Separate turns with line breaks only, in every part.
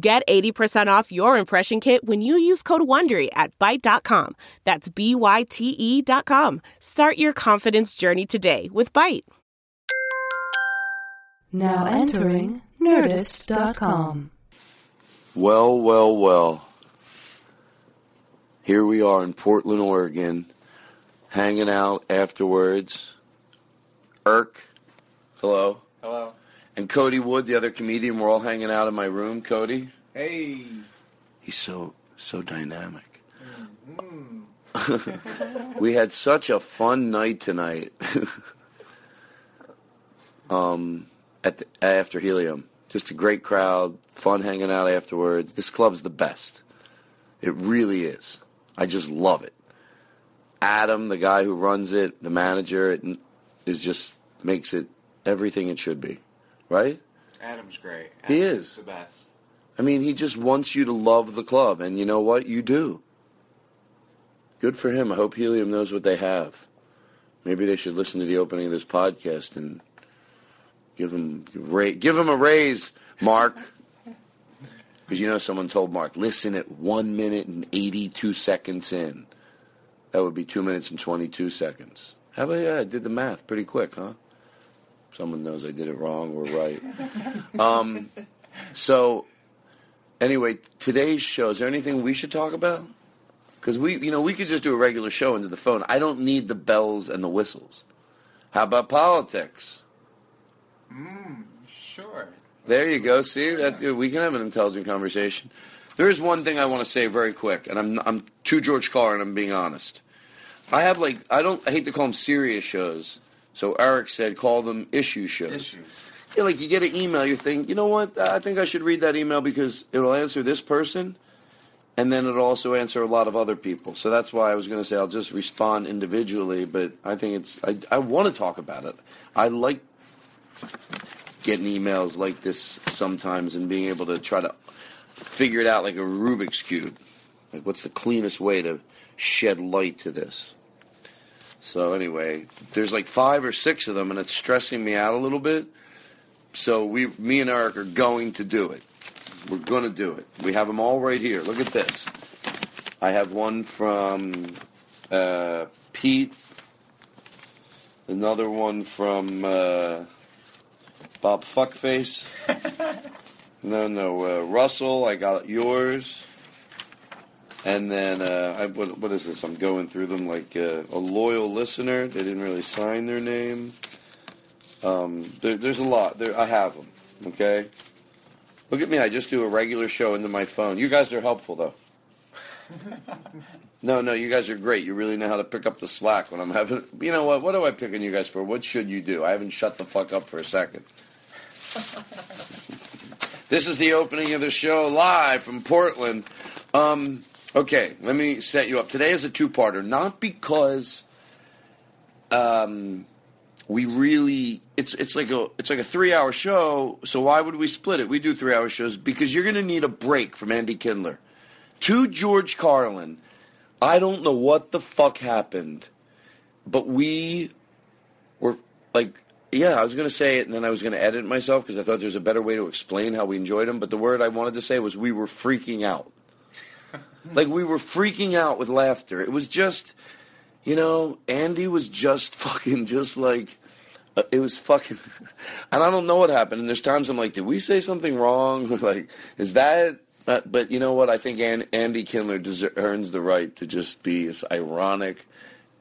Get 80% off your impression kit when you use code WONDERY at Byte.com. That's B-Y-T-E E dot com. Start your confidence journey today with Byte.
Now entering Nerdist.com.
Well, well, well. Here we are in Portland, Oregon, hanging out afterwards. Irk, hello.
Hello.
And Cody Wood, the other comedian, we're all hanging out in my room. Cody,
Hey.
he's so, so dynamic.
Mm-hmm.
we had such a fun night tonight um, at the, after Helium. Just a great crowd, fun hanging out afterwards. This club's the best. It really is. I just love it. Adam, the guy who runs it, the manager, it n- is just makes it everything it should be, right?
Adam's great. Adam's
He is.
the best.
I mean, he just wants you to love the club, and you know what? You do. Good for him. I hope Helium knows what they have. Maybe they should listen to the opening of this podcast and give him ra- give him a raise, Mark. Because you know, someone told Mark, listen at one minute and eighty-two seconds in. That would be two minutes and twenty-two seconds. How about yeah? I did the math pretty quick, huh? Someone knows I did it wrong or right. um, so anyway, today's show, is there anything we should talk about? Because we, you know, we could just do a regular show into the phone. I don't need the bells and the whistles. How about politics?
Sure.
There you go. See, that, we can have an intelligent conversation. There is one thing I want to say very quick, and I'm I'm to George Carr, and I'm being honest. I have like I don't I hate to call them serious shows. So Eric said, call them issue shows.
Issues.
Yeah, like you get an email, you think, you know what? I think I should read that email because it'll answer this person, and then it'll also answer a lot of other people. So that's why I was going to say I'll just respond individually, but I think it's I I want to talk about it. I like getting emails like this sometimes and being able to try to figure it out like a Rubik's cube. Like, what's the cleanest way to shed light to this? So anyway, there's like five or six of them, and it's stressing me out a little bit. So we, me and Eric are going to do it. We're going to do it. We have them all right here. Look at this. I have one from uh, Pete. Another one from uh, Bob Fuckface. no, no, uh, Russell. I got yours. And then uh, I, what, what is this? I'm going through them like uh, a loyal listener. They didn't really sign their name. Um, there, there's a lot. There, I have them. Okay. Look at me. I just do a regular show into my phone. You guys are helpful though. no, no, you guys are great. You really know how to pick up the slack when I'm having. You know what? What do I pick on you guys for? What should you do? I haven't shut the fuck up for a second. this is the opening of the show live from Portland. Um, Okay, let me set you up. Today is a two-parter, not because um, we really it's it's like a it's like a three-hour show. So why would we split it? We do three-hour shows because you're going to need a break from Andy Kindler to George Carlin. I don't know what the fuck happened, but we were like, yeah, I was going to say it, and then I was going to edit myself because I thought there was a better way to explain how we enjoyed him. But the word I wanted to say was we were freaking out. Like we were freaking out with laughter. It was just, you know, Andy was just fucking, just like, uh, it was fucking, and I don't know what happened. And there's times I'm like, did we say something wrong? like, is that? Uh, but you know what? I think An- Andy Kindler deser- earns the right to just be as ironic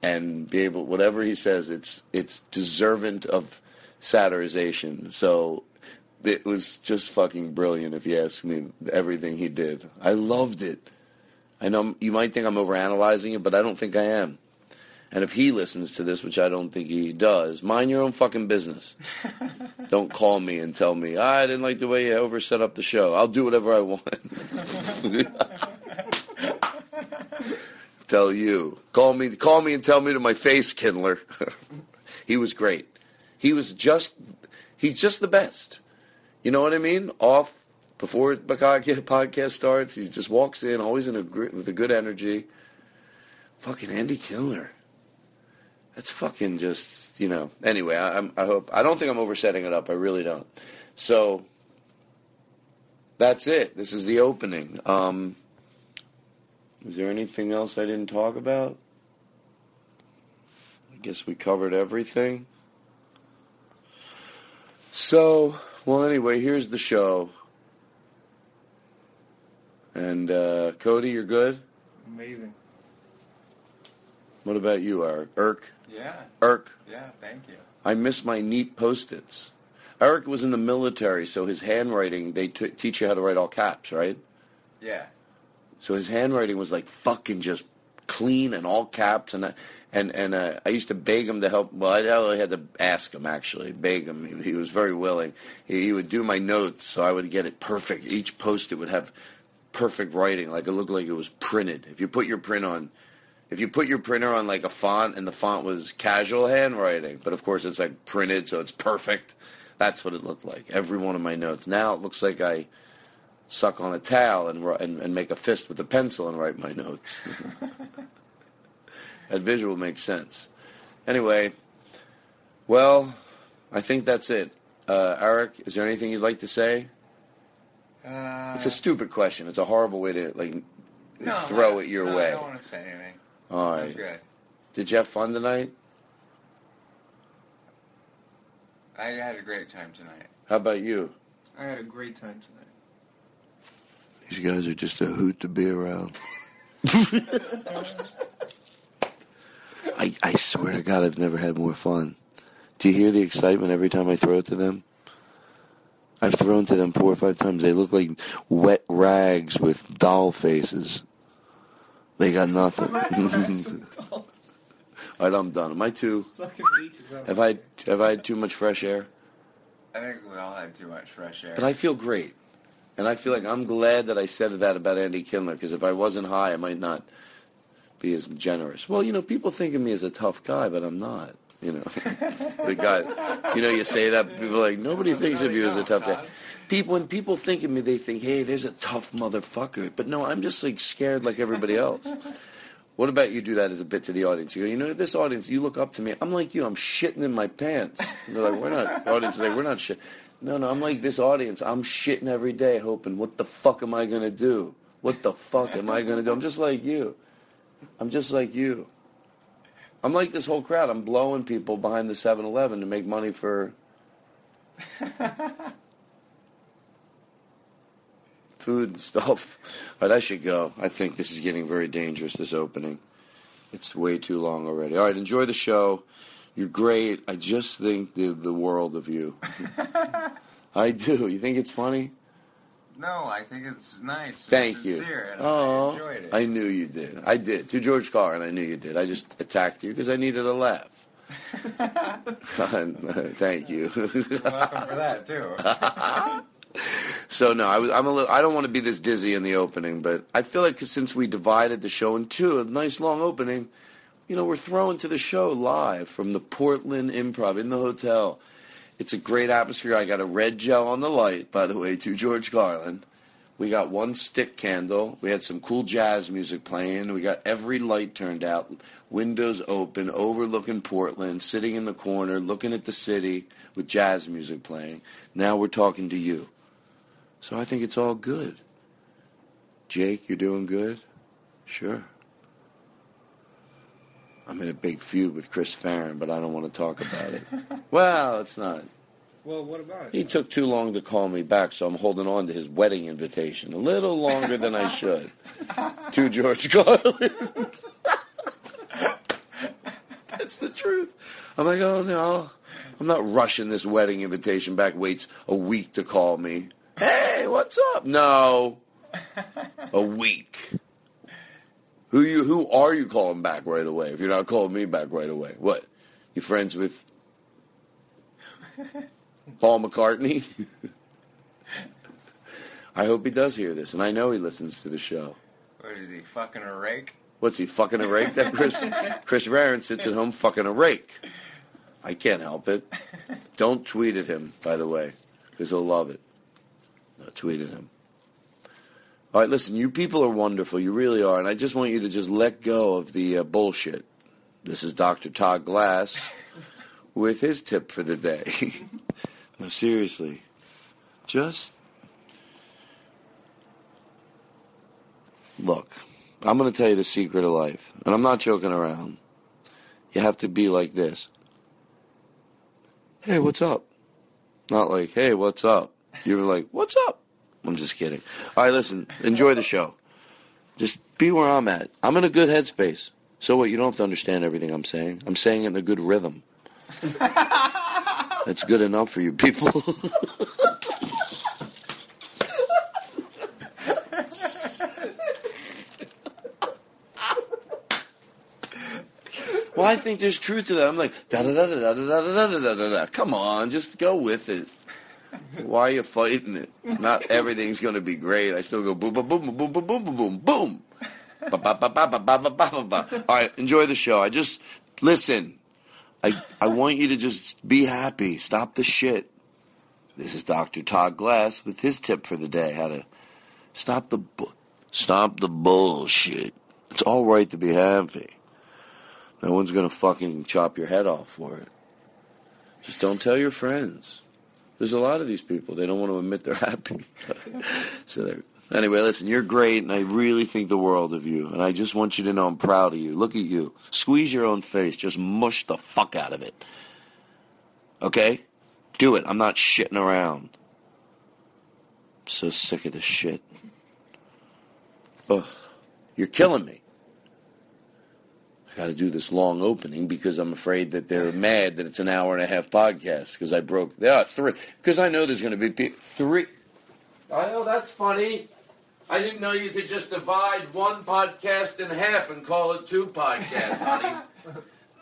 and be able whatever he says. It's it's deserving of satirization. So it was just fucking brilliant. If you ask me, everything he did, I loved it. I know you might think I'm overanalyzing it, but I don't think I am. And if he listens to this, which I don't think he does, mind your own fucking business. don't call me and tell me "Ah, I didn't like the way you over set up the show. I'll do whatever I want. tell you, call me, call me and tell me to my face, Kindler. he was great. He was just, he's just the best. You know what I mean? Off before the podca- podcast starts, he just walks in, always in a gr- with a good energy. Fucking Andy Killer. That's fucking just you know. Anyway, I, I'm, I hope I don't think I'm oversetting it up. I really don't. So that's it. This is the opening. Um, is there anything else I didn't talk about? I guess we covered everything. So, well, anyway, here's the show. And uh, Cody, you're good.
Amazing.
What about you, Eric? Irk,
Yeah.
Irk.
Yeah. Thank you.
I miss my neat post-its. Eric was in the military, so his handwriting. They t- teach you how to write all caps, right?
Yeah.
So his handwriting was like fucking just clean and all caps, and I, and and uh, I used to beg him to help. Well, I really had to ask him actually, beg him. He, he was very willing. He, he would do my notes, so I would get it perfect. Each post it would have perfect writing, like it looked like it was printed. If you put your print on, if you put your printer on like a font, and the font was casual handwriting, but of course it's like printed, so it's perfect. That's what it looked like. Every one of my notes. Now it looks like I suck on a towel and, ri- and, and make a fist with a pencil and write my notes. that visual makes sense. Anyway, well, I think that's it. Uh, Eric, is there anything you'd like to say?
Uh,
It's a stupid question. It's a horrible way to like
no,
throw it your
no, I
way.
don't want to say anything.
All
That's
right.
good.
Did you have fun tonight?
I had a great time tonight.
How about you?
I had a great time tonight.
These guys are just a hoot to be around. I, I swear to God, I've never had more fun. Do you hear the excitement every time I throw it to them? I've thrown to them four or five times. They look like wet rags with doll faces. They got nothing. All right, I'm done. Am I too?
Fucking leeches out.
Have I have I had too much fresh air?
I think we all had too much fresh air.
But I feel great. And I feel like I'm glad that I said that about Andy Kindler because if I wasn't high, I might not be as generous. Well, you know, people think of me as a tough guy, but I'm not. You know, the guy, you know, you say that, people are like, nobody thinks of you as a tough guy. People, when people think of me, they think, hey, there's a tough motherfucker. But no, I'm just like scared like everybody else. What about you do that as a bit to the audience? You go, you know, this audience, you look up to me. I'm like you. I'm shitting in my pants. And they're like, we're not. The audience is like, we're not shit. No, no. I'm like this audience. I'm shitting every day, hoping, what the fuck am I gonna do? What the fuck am I gonna do? I'm just like you. I'm just like you. I'm like this whole crowd. I'm blowing people behind the 7-Eleven to make money for food and stuff. All right, I should go. I think this is getting very dangerous, this opening. It's way too long already. All right, enjoy the show. You're great. I just think the, the world of you. I do. You think it's funny?
no, I think it's nice. and
Thank you.
sincere, And
Aw.
I enjoyed it.
I knew you did. I did. To George Carr, and I knew you did. I just attacked you because I needed a laugh. Thank you.
Welcome for that too.
So no, I was, I'm a little. I don't want to be this dizzy in the opening, but I feel like since we divided the show in two, a nice long opening. You know, we're throwing to the show live from the Portland Improv in the hotel. It's a great atmosphere. I got a red gel on the light, by the way, to George Carlin. We got one stick candle. We had some cool jazz music playing. We got every light turned out, windows open, overlooking Portland, sitting in the corner, looking at the city with jazz music playing. Now we're talking to you. So I think it's all good. Jake, you're doing good? Sure. I'm in a big feud with Chris Farron, but I don't want to talk about it. well, it's not.
Well, what about
He
it?
took too long to call me back, so I'm holding on to his wedding invitation a little longer than I should. to George Carlin. That's the truth. I'm like, oh no, I'm not rushing this wedding invitation back. Waits a week to call me. Hey, what's up? No, a week. Who you? Who are you calling back right away? If you're not calling me back right away, what? You friends with Paul McCartney? I hope he does hear this, and I know he listens to the show.
What is he, fucking a rake?
What's he fucking a rake? That Chris Chris Raren sits at home fucking a rake. I can't help it. Don't tweet at him, by the way, because he'll love it. No, tweet at him. All right, listen. You people are wonderful. You really are, and I just want you to just let go of the uh, bullshit. This is Dr. Todd Glass with his tip for the day. no, seriously, just look, I'm going to tell you the secret of life, and I'm not joking around. You have to be like this. Hey, what's up? Not like, hey, what's up? You were like, what's up? I'm just kidding. All right, listen, enjoy the show. Just be where I'm at. I'm in a good headspace. So what? You don't have to understand everything I'm saying. I'm saying it in a good rhythm. That's good enough for you people. Well, I think there's truth to that. I'm like da da da da da da da da da da da. Come on, just go with it. Why are you fighting it? Not everything's going to be great. I still go boom ba, boom boom boom boom boom boom boom. Ba ba ba ba ba ba ba ba ba ba. All right, enjoy the show. I just listen. I I want you to just be happy. Stop the shit. This is Dr. Todd Glass with his tip for the day: how to stop the bu- stop the bullshit. It's all right to be happy. No one's gonna fucking chop your head off for it. Just don't tell your friends. There's a lot of these people. They don't want to admit they're happy. so they're, anyway, listen. You're great, and I really think the world of you. And I just want you to know I'm proud of you. Look at you. Squeeze your own face. Just mush the fuck out of it. Okay? Do it. I'm not shitting around. so sick of this shit. Ugh. You're killing me. I got to do this long opening because I'm afraid that they're mad that it's an hour and a half podcast because I broke. There are three. Because I know there's going to be pe- three. I know that's funny. I didn't know you could just divide one podcast in half and call it two podcasts, honey.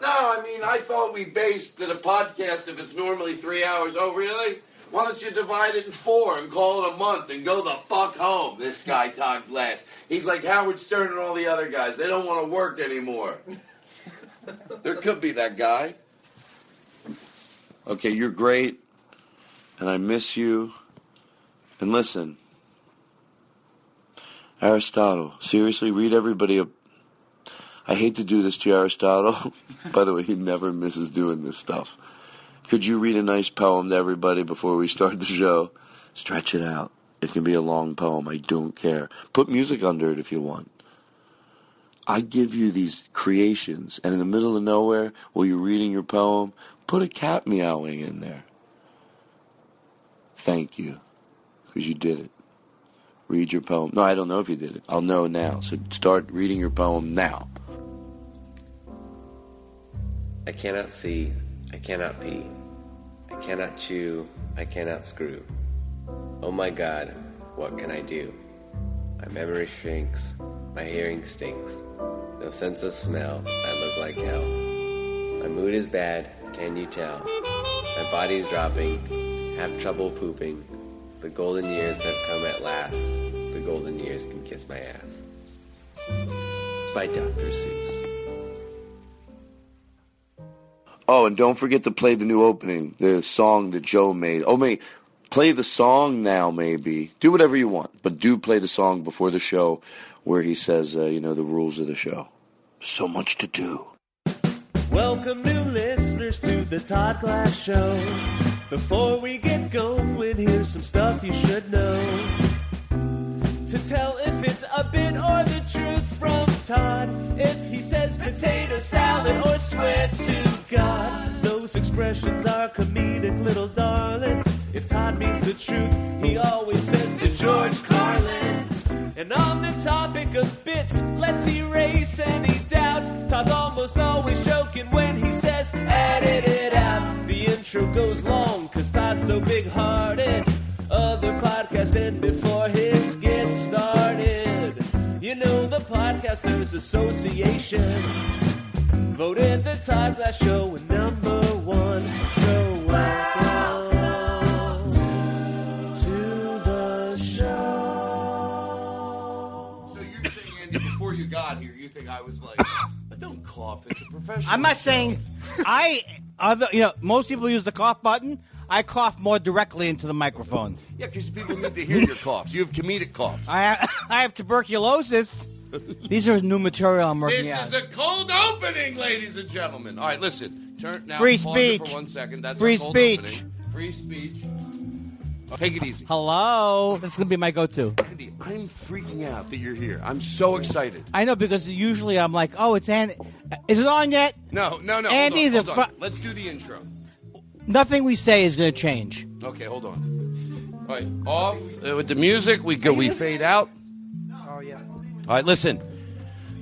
No, I mean, I thought we based that a podcast, if it's normally three hours, oh, really? Why don't you divide it in four and call it a month and go the fuck home, this guy, Todd Glass? He's like Howard Stern and all the other guys. They don't want to work anymore. there could be that guy. Okay, you're great, and I miss you. And listen, Aristotle, seriously, read everybody a I hate to do this to Aristotle. By the way, he never misses doing this stuff. Could you read a nice poem to everybody before we start the show? Stretch it out. It can be a long poem. I don't care. Put music under it if you want. I give you these creations, and in the middle of nowhere, while you're reading your poem, put a cat meowing in there. Thank you, because you did it. Read your poem. No, I don't know if you did it. I'll know now. So start reading your poem now.
I cannot see, I cannot pee, I cannot chew, I cannot screw. Oh my god, what can I do? My memory shrinks, my hearing stinks, no sense of smell, I look like hell. My mood is bad, can you tell? My body's dropping, have trouble pooping, The golden years have come at last. The golden years can kiss my ass. By Dr. Seuss.
Oh, and don't forget to play the new opening, the song that Joe made. Oh, mate, play the song now, maybe. Do whatever you want, but do play the song before the show where he says, uh, you know, the rules of the show. So much to do.
Welcome, new listeners, to the Todd Glass Show. Before we get going, here's some stuff you should know to tell if it's a bit or the truth from Todd. If he says potato salad or swear to God, those expressions are comedic, little darling. If Todd means the truth, he always says to George Carlin. And on the topic of bits, let's erase any doubt. Todd's almost always joking when he says, edit it out. The intro goes long, cause Todd's so big hearted other podcast and before his gets started. You know the Podcasters Association voted the Todd Glass Show a number one. So welcome to the show.
So you're saying, Andy, before you got here, you think I was like, don't cough, it's a professional.
I'm not saying I. Other, you know, most people use the cough button. I cough more directly into the microphone.
Yeah, because people need to hear your coughs. You have comedic coughs.
I ha- I have tuberculosis. These are new material I'm working
This
out.
is a cold opening, ladies and gentlemen. All right, listen. Turn now.
Free
pause it
speech.
For one second. That's
Free
our cold
speech.
opening. Free speech. Take it easy.
Hello, that's gonna be my go-to.
Andy, I'm freaking out that you're here. I'm so excited.
I know because usually I'm like, oh, it's Andy. Is it on yet?
No, no, no.
Andy's
hold on,
a
hold on.
fu-
Let's do the intro.
Nothing we say is gonna change.
Okay, hold on. All right, off uh, with the music. We go. We fade out.
Oh yeah.
All right, listen.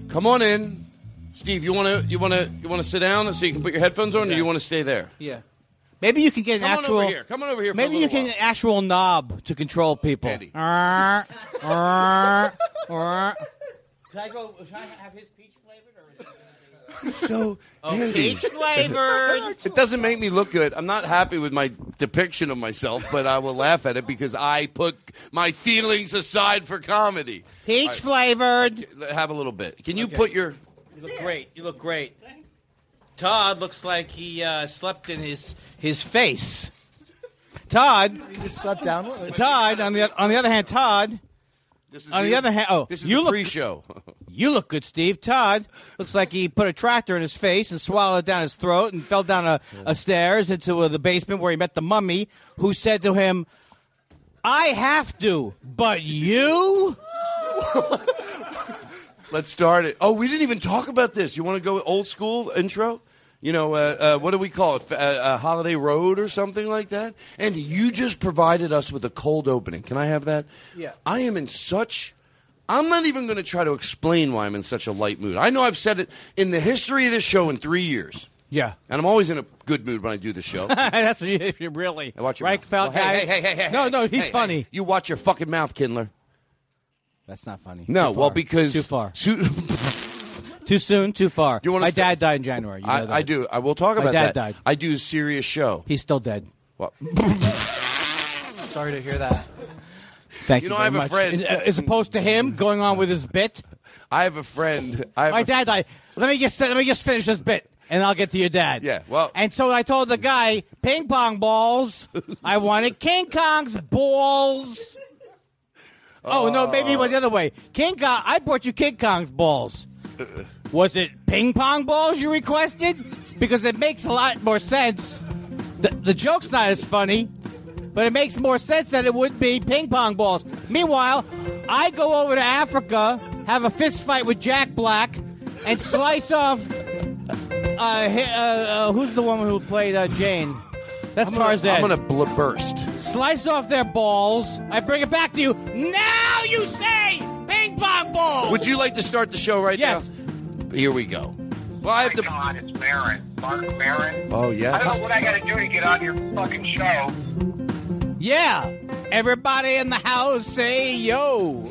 Come on in, Steve. You wanna you wanna you wanna sit down so you can put your headphones on, or
Yeah.
you wanna stay there?
Yeah. Maybe you can get an
Come on
actual.
over here. Come on over here. For
Maybe
a
you
little
can
while.
get an actual knob to control people.
Andy.
Arr, arr, arr. Can I go? Should I have his peach flavored or is
So, Andy.
peach flavored?
It doesn't make me look good. I'm not happy with my depiction of myself, but I will laugh at it because I put my feelings aside for comedy.
Peach flavored.
L- Have a little bit. Can you put your
You look great. You look great. Todd looks like he uh, slept in his his face. Todd,
He just slept down.
Todd. On the on the other hand, Todd.
this is
On the other hand, oh,
this is
you
the
look-
pre-show.
You look good, Steve. Todd looks like he put a tractor in his face and swallowed it down his throat and fell down a, a stairs into uh, the basement where he met the mummy, who said to him, "I have to, but you."
Let's start it. Oh, we didn't even talk about this. You want to go old school intro? You know, uh, uh, what do we call it? F- Uh, uh, Holiday Road or something like that? And you just provided us with a cold opening. Can I have that?
Yeah.
I am in such. I'm not even going to try to explain why I'm in such a light mood. I know I've said it in the history of this show in three years.
Yeah,
And I'm always in a good mood when I do the show. Hey,
that's what you, if you really
watch your
right,
mouth. Well,
Fal-
hey, hey,
guys?
hey, hey, hey,
No,
hey,
no,
hey,
he's
hey.
funny.
You watch your fucking mouth, Kindler.
That's not funny.
No,
Too far.
well, because
too far,
Su-
too soon, too far.
You wanna
My
start-
dad died in January. You know that.
I, I do. I will talk
My
about
dad
that.
died.
I do a serious show.
He's still dead.
Well,
Sorry to hear that.
Thank
You
you.
know, I have
very
a
much. uh,
friend-
As opposed to him going on with his bit,
I have a friend. I have
My
a-
dad died. Let me just let me just finish this bit, and I'll get to your dad.
Yeah, well-
And so I told the guy, ping pong balls. I wanted King Kong's balls. Oh no, maybe it went the other way. King Kong. I bought you King Kong's balls. Was it ping pong balls you requested? Because it makes a lot more sense. The, the joke's not as funny, but it makes more sense than it would be ping pong balls. Meanwhile, I go over to Africa, have a fist fight with Jack Black, and slice off. Uh, hi- uh, uh, who's the woman who played uh, Jane? That's Tarzan.
I'm gonna bl- burst.
slice off their balls. I bring it back to you. Now you say ping pong balls.
Would you like to start the show right
Yes.
now? Here we go. Well, I have to.
God, it's Barron. Mark Barron.
Oh
I don't
yes.
know what I gotta do to get on your fucking show.
Yeah. Everybody in the house say yo.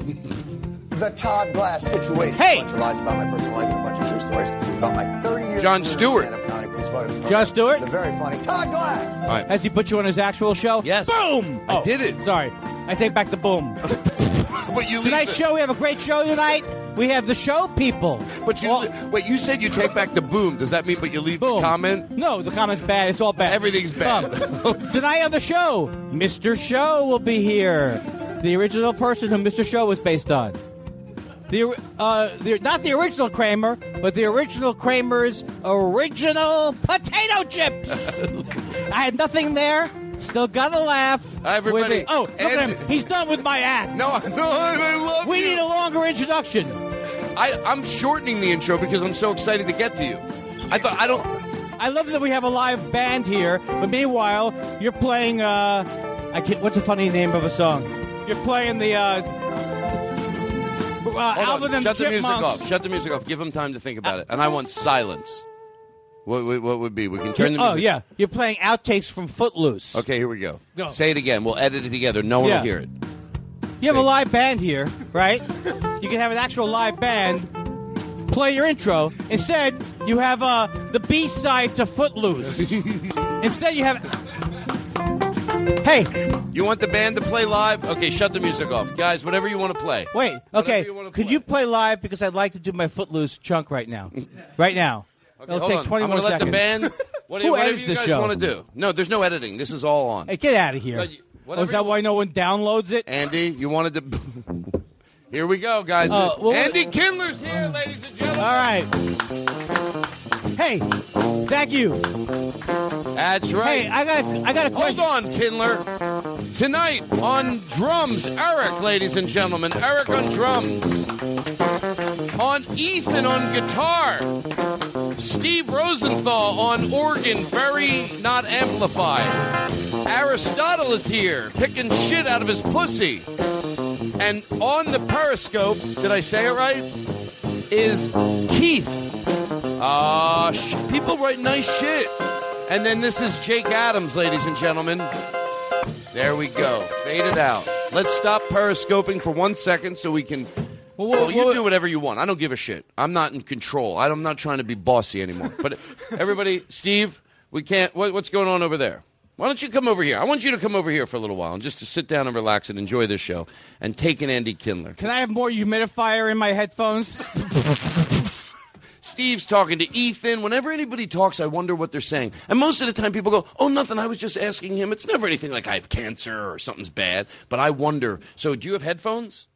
The Todd Glass situation.
Hey!
A bunch of lies about my personal life, a bunch of true stories about my 30 years.
John
career in
Stewart.
stand-up comedy.
was one of the
Just do it.
The very funny Todd Glass.
All right.
Has he put you on his actual show?
Yes.
Boom! Oh,
I did it.
Sorry. I take back the boom.
But you leave
Tonight's
the-
show, we have a great show tonight. We have the show people.
But you wait. You said you take back the boom. Does that mean but you leave the comment?
No, the comment's bad. It's all bad.
Everything's bad.
Um, tonight on the show, Mr. Show will be here. The original person who Mr. Show was based on. The, uh, the not the original Kramer, but the original Kramer's original potato chips. I had nothing there. Still got to laugh.
Everybody-
With the- oh, look at
and-
him. He's done with my act.
No, no, I love
We
you.
need a longer introduction.
I, I'm shortening the intro because I'm so excited to get to you. I thought I don't.
I love that we have a live band here, but meanwhile, you're playing. Uh, I can't, what's a funny name of a song? You're playing the. Uh, uh,
Hold on.
Alvin and
Shut
the
the music
Chipmunks.
off. Shut the music off. Give him time to think about it. And I want silence. What, what, what would be? We can turn the
oh
music.
yeah, you're playing outtakes from Footloose.
Okay, here we go.
Go.
Say it again. We'll edit it together. No one
Yeah.
will hear it.
You have a live band here, right? you can have an actual live band play your intro. Instead, you have uh, the B side to Footloose. Instead, you have. Hey,
You want the band to play live? Okay, shut the music off, guys. Whatever you want to play.
Wait,
Whatever
okay.
you wanna
Could
play.
you play live because I'd like to do my Footloose chunk right now, right now.
Okay,
It'll
hold
take
on.
20
I'm
more
gonna let
seconds.
the band. What,
Who
whatever
edits
you
the
guys
show?
want to do. No, there's no editing. This is all on.
Hey, get out of here!
But you-
Oh, is
whatever
that
you-
why no one downloads it?
Andy, you wanted to. here we go, guys.
Uh, well, what-
Andy Kindler's here, ladies and
All
gentlemen.
right. Hey, thank you.
That's right.
Hey, I got, I got a
Hold
question.
on, Kindler. Tonight on drums, Eric, ladies and gentlemen. Eric on drums. On Ethan on guitar. Steve Rosenthal on organ, very not amplified. Aristotle is here, picking shit out of his pussy. And on the Periscope, did I say it right? Is Keith. Ah, sh- people write nice shit. And then this is Jake Adams, ladies and gentlemen. There we go. Fade it out. Let's stop periscoping for one second so we can. Well,
what-
you
what-
do whatever you want. I don't give a shit. I'm not in control. I- I'm not trying to be bossy anymore. But everybody, Steve, we can't. What, what's going on over there? Why don't you come over here? I want you to come over here for a little while and just to sit down and relax and enjoy this show and take an Andy Kindler.
Can I have more humidifier in my headphones?
Steve's talking to Ethan. Whenever anybody talks, I wonder what they're saying. And most of the time, people go, "Oh, nothing. I was just asking him." It's never anything like I have cancer or something's bad. But I wonder. So, do you have headphones?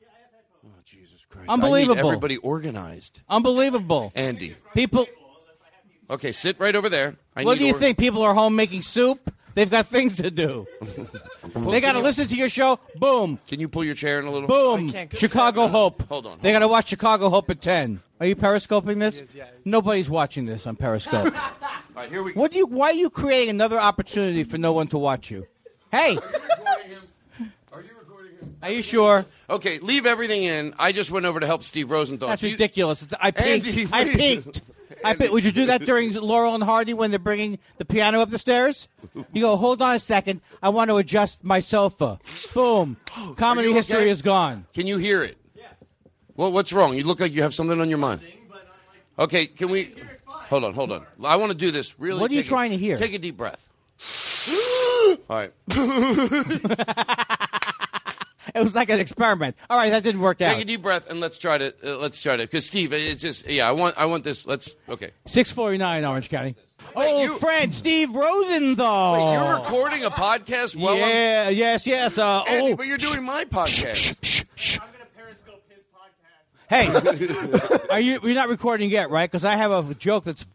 Yeah, I have headphones. Oh, Jesus Christ! I need
Unbelievable.
everybody organized.
Unbelievable.
Andy,
People,
okay, sit right over there. I
what
need
do you
or-
think? People are home making soup. They've got things to do. they got to listen to your show. Boom,
Can you pull your chair in a little?
boom. Chicago Hope.
Hold on.
They got to watch Chicago Hope at 10. Are you periscoping this? Nobody's watching this on Periscope.
All right, here we go.
what do you why are you creating another opportunity for no one to watch you?
Are
Hey,
you recording him?
are you sure?
Okay, leave everything in. I just went over to help Steve Rosenthal.
That's
You-
ridiculous. It's- I peeked.
Andy,
I
wait.
peeked. I pe- would you do that during Laurel and Hardy when they're bringing the piano up the stairs? You go, hold on a second. I want to adjust my sofa. Boom. Comedy
you
history
okay?
is gone.
Can you hear it? Yes. Well, what's wrong? You look like you have something on your mind. Okay, can we? Hold on, hold on. I want to do this really.
What are you
take a-
trying to hear?
Take a deep breath. All right.
It was like an experiment. All right, that didn't work
Take
out.
a deep breath and let's try to uh, let's try to because Steve, it's just yeah. I want I want this. Let's okay.
649 Orange County. Old
you-
friend Steve Rosenthal.
Wait, you're recording a podcast. Well,
yeah, yes, yes. Uh,
I'm, Andy,
oh,
but you're doing my podcast.
Hey, are you? You're not recording yet, right? Because I have a joke that's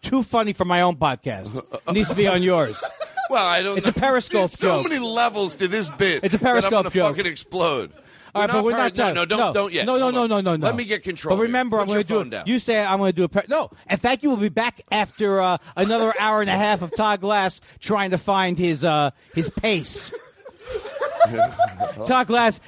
too funny for my own podcast. It needs to be on yours.
Well, I don't.
It's a
know.
Periscope
There's so
joke.
many levels to this bit.
It's a
that I'm
Periscope
gonna
joke.
Fucking explode.
All right, but we're not
no,
done.
no, don't, don't yet.
No, no,
Hold
no,
on.
no, no, no.
Let me get control.
But
here.
remember,
Put
I'm going
your
to do
phone
it.
down.
You say I'm going to do a par- no, and thank you. We'll be back after uh, another hour and a half of Todd Glass trying to find his uh, his pace. Todd Glass,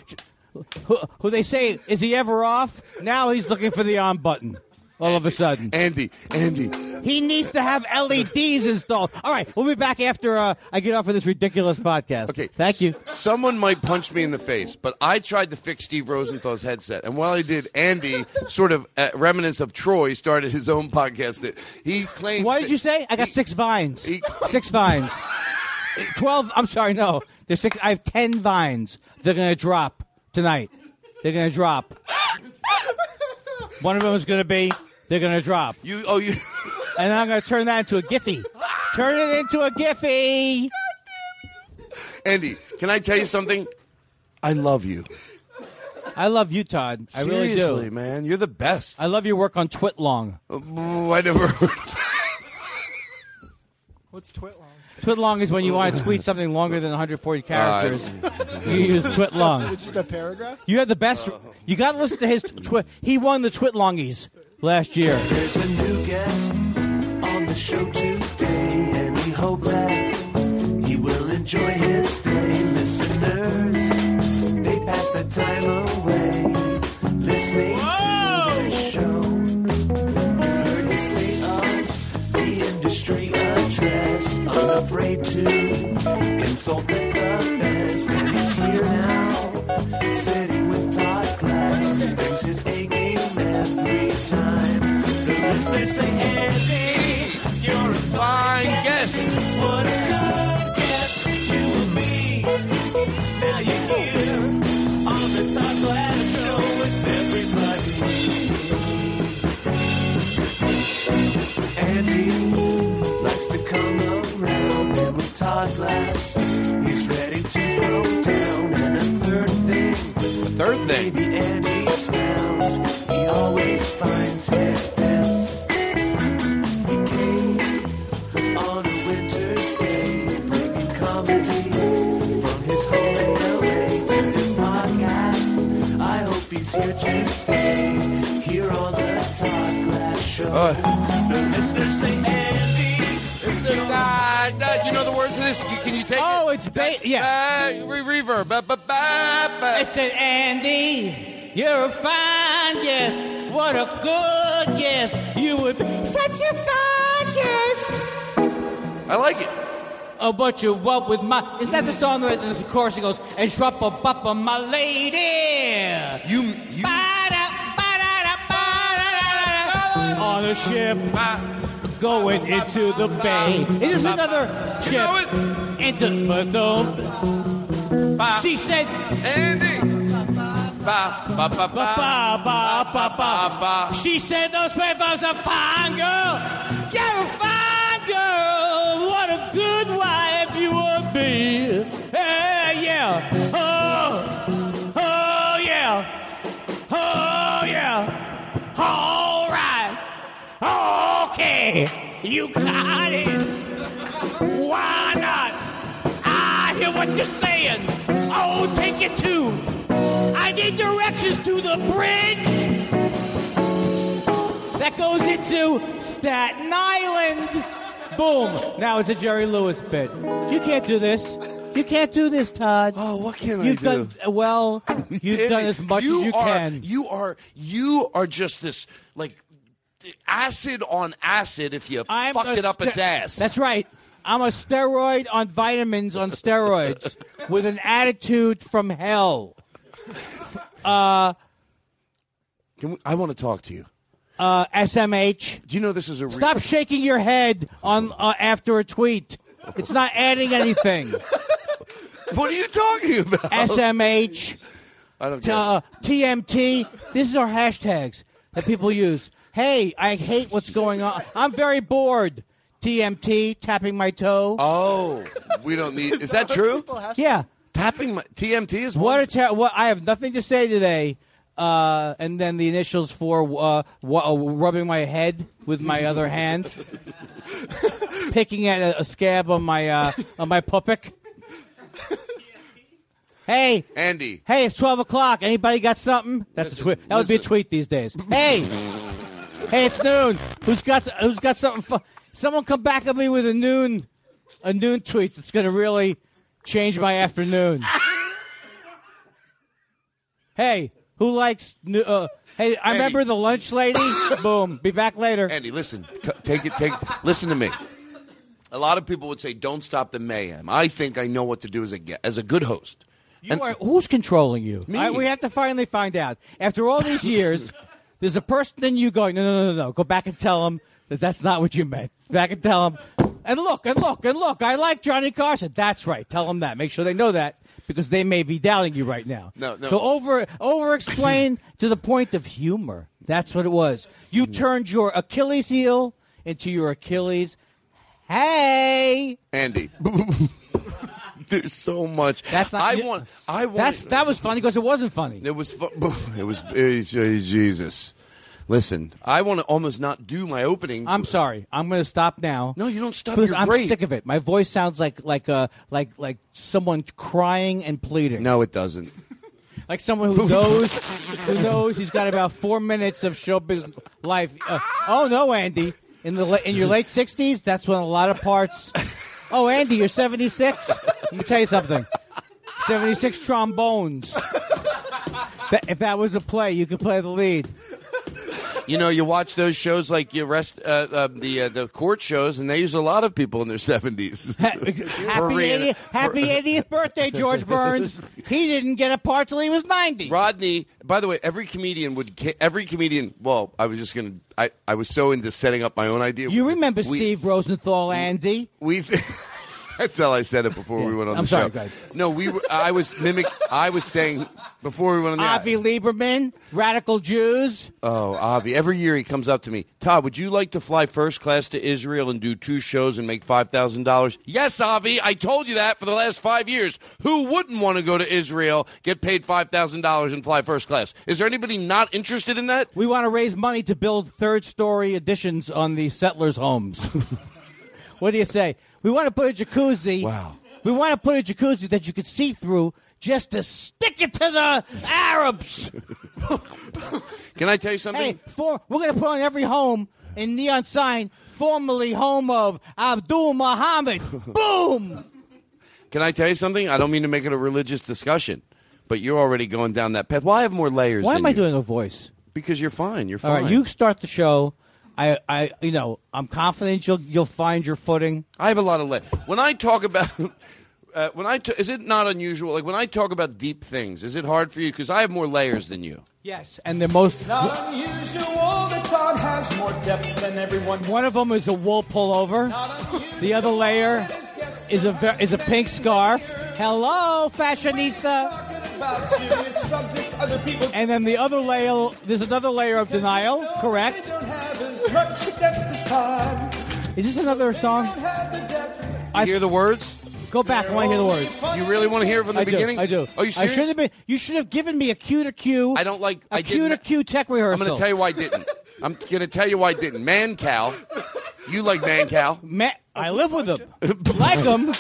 who, who they say is he ever off? Now he's looking for the on button. all of a sudden.
Andy, Andy.
He needs to have LEDs installed. All right, we'll be back after uh, I get off of this ridiculous podcast. Okay. Thank you.
Someone might punch me in the face, but I tried to fix Steve Rosenthal's headset. And while I did, Andy, sort of uh, remnants of Troy, started his own podcast that he claimed.
What did you say? I got six vines. six vines. Twelve. I'm sorry. No, there's six. I have ten vines. They're gonna drop tonight. They're gonna drop. One of them is gonna be. They're gonna drop.
You. Oh, you.
And I'm gonna turn that into a Giphy. Turn it into a Giphy.
Andy, can I tell you something? I love you.
I love you, Todd. I really do.
Seriously, man. You're the best.
I love your work on Twitlong.
Oh, I never heard
What's twit long?
Twitlong is when you want to tweet something longer than 140 characters. you use Twitlong.
It's just a paragraph.
You had the best. You got to listen to his. Twi- he won the Twitlongies last year.
There's a new guest on the show today, and we hope that he will enjoy his stay. Listeners, they pass the time away listening to the show. You've heard his state of the industry address, unafraid to insult with the best, and he's here now, sitting with Todd Glass. He brings his A game every time. The listeners say, Andy, you're a fine guest. What a good guest you and me. Now you're here on the Top Glass Show with everybody. Andy likes to come around, and with Todd Glass, he's ready to throw down. And a third
a
thing,
third thing,
maybe Andy's found. He always finds his best. He came on a winter's day, bringing comedy from his home in LA to this podcast. I hope he's here to stay. Here on the Todd Glass Show,
Uh.
the listeners say Andy.
Ah, that- you know the words of this? You- Can you take
Oh, it's ba- yeah.
Uh, re- reverb. Ba- ba- ba-
Uh,
ba.
I said, Andy, you're a fine guest. What a good guest you would be. Such a fine guest.
I like it.
Oh, but you what with my? Is that the song that the chorus that goes and shrub a bop my lady?
You, you.
On a ship going into the bay. It is another ship into the dome. She said,
Andy. Ba, ba, ba,
Ba ba ba ba ba. She said those papers are fine, girl. You're a fine girl. What a good wife you would be. Yeah, yeah. Oh, oh yeah. Oh yeah. All right. Okay. You got it. Why not? I hear what you're saying. Oh, take it too. I need directions to the bridge that goes into Staten Island. Boom. Now it's a Jerry Lewis bit. You can't do this. You can't do this, Todd.
Oh, what can
You've
I do?
done well. You've done as much as you
are,
can.
You are you are just this like acid on acid. If you
I'm
fucked
a
it up
ste-
its ass.
That's right. I'm a steroid on vitamins on steroids with an attitude from hell. Uh,
Can we, I want to talk to you.
uh, SMH.
Do you know this is a real-
Stop shaking your head on uh, after a tweet. It's not adding anything.
What are you talking about?
SMH,
I don't
t-
care.
uh, TMT. This is our hashtags that people use. Hey, I hate what's going on. I'm very bored. TMT, tapping my toe.
oh, we don't need. Is that true?
yeah.
Tapping my TMT is
What
one-
a ter- what I have nothing to say today. Uh, and then the initials for uh, w- uh, rubbing my head with my other hand, picking at a, a scab on my uh, on my puppic. Hey,
Andy.
hey, it's twelve o'clock. Anybody got something? That's a tweet. That would be a
listen.
tweet these days. Hey, hey, it's noon. Who's got who's got something? Fu- Someone come back at me with a noon a noon tweet that's going to really change my afternoon. hey, Who likes new? Uh, hey, I remember the lunch lady. Boom. Be back later.
Andy, listen. C- Take it. Take. Listen to me. A lot of people would say, "Don't stop the mayhem." I think I know what to do as a ge- as a good host.
You are, who's controlling you?
Me.
I- we have to finally find out. After all these years, there's a person in you going, no, no, no, no, no. Go back and tell him that that's not what you meant. Back and tell him, and look, and look, and look. I like Johnny Carson. That's right. Tell him that. Make sure they know that because they may be doubting you right now.
No, no.
So over, over explain to the point of humor. That's what it was. You
Mm.
turned your Achilles heel into your Achilles. Hey.
Andy. There's so much.
That's not.
I
you-
want. I want.
That's that was funny because it wasn't funny.
It was. Fu- it was. eh, Jesus. Listen, I want to almost not do my opening.
I'm sorry. I'm going to stop now.
No, you don't stop.
Because
You're
I'm
great.
sick of it. My voice sounds like like uh like like someone crying and pleading.
No, it doesn't.
Like someone who knows who knows he's got about four minutes of showbiz life. Uh, oh no, Andy, in the la- in your late sixties, that's when a lot of parts. Oh, Andy, you're seventy six. Let me tell you something. Seventy six trombones. That- If that was a play, you could play the lead.
You know, you watch those shows like you rest uh, uh, the uh, the court shows, and they use a lot of people in their seventies.
Happy, 80th, happy 80th birthday, George Burns. He didn't get a part till he was 90.
Rodney, by the way, every comedian would ca- every comedian. Well, I was just gonna. I, I was so into setting up my own idea.
You remember
We-
Steve Rosenthal, Andy?
We. That's how I said it before we went on
I'm
the
sorry,
show.
go ahead.
No, we. Were, I was mimic. I was saying before we went on the.
Avi Lieberman, Radical Jews.
Oh, Avi. Every year he comes up to me. Todd, would you like to fly first class to Israel and do two shows and make $5,000? Yes, Avi. I told you that for the last five years. Who wouldn't want to go to Israel, get paid $5,000, and fly first class? Is there anybody not interested in that?
We want to raise money to build third story additions on the settlers' homes. what do you say? We want to put a jacuzzi.
Wow.
We want to put a jacuzzi that you could see through just to stick it to the Arabs.
Can I tell you something?
Hey, for, we're going to put on every home a neon sign, formerly home of Abdul Muhammad. Boom!
Can I tell you something? I don't mean to make it a religious discussion, but you're already going down that path. Well, I have more layers
Why
than
am I
you.
doing a voice?
Because you're fine. You're
All
fine.
right, you start the show. I, I, you know, I'm confident you'll you'll find your footing.
I have a lot of le- when I talk about uh, when I t- is it not unusual? Like when I talk about deep things, is it hard for you? Because I have more layers than you.
Yes, and the most
Not unusual that Todd has more depth than everyone.
one of them is a wool pullover. The other layer is a ver- is a pink scarf. Hello, fashionista.
About you is subjects other people
And then the other layer, there's another layer of denial. Correct.
don't have as much depth as Todd.
Is this another song?
I hear the words.
Go back. I want to hear the words.
You really want to hear it from the
I
beginning?
do. I do.
Are you
I
serious?
should have been. You should have given me a cue to cue.
I don't like.
a
I
cue to
didn't-
cue tech rehearsal.
I'm going to tell you why I didn't. I'm going to tell you why I didn't. Man, Cal. You like Man, Cal?
Ma I live with him. like him,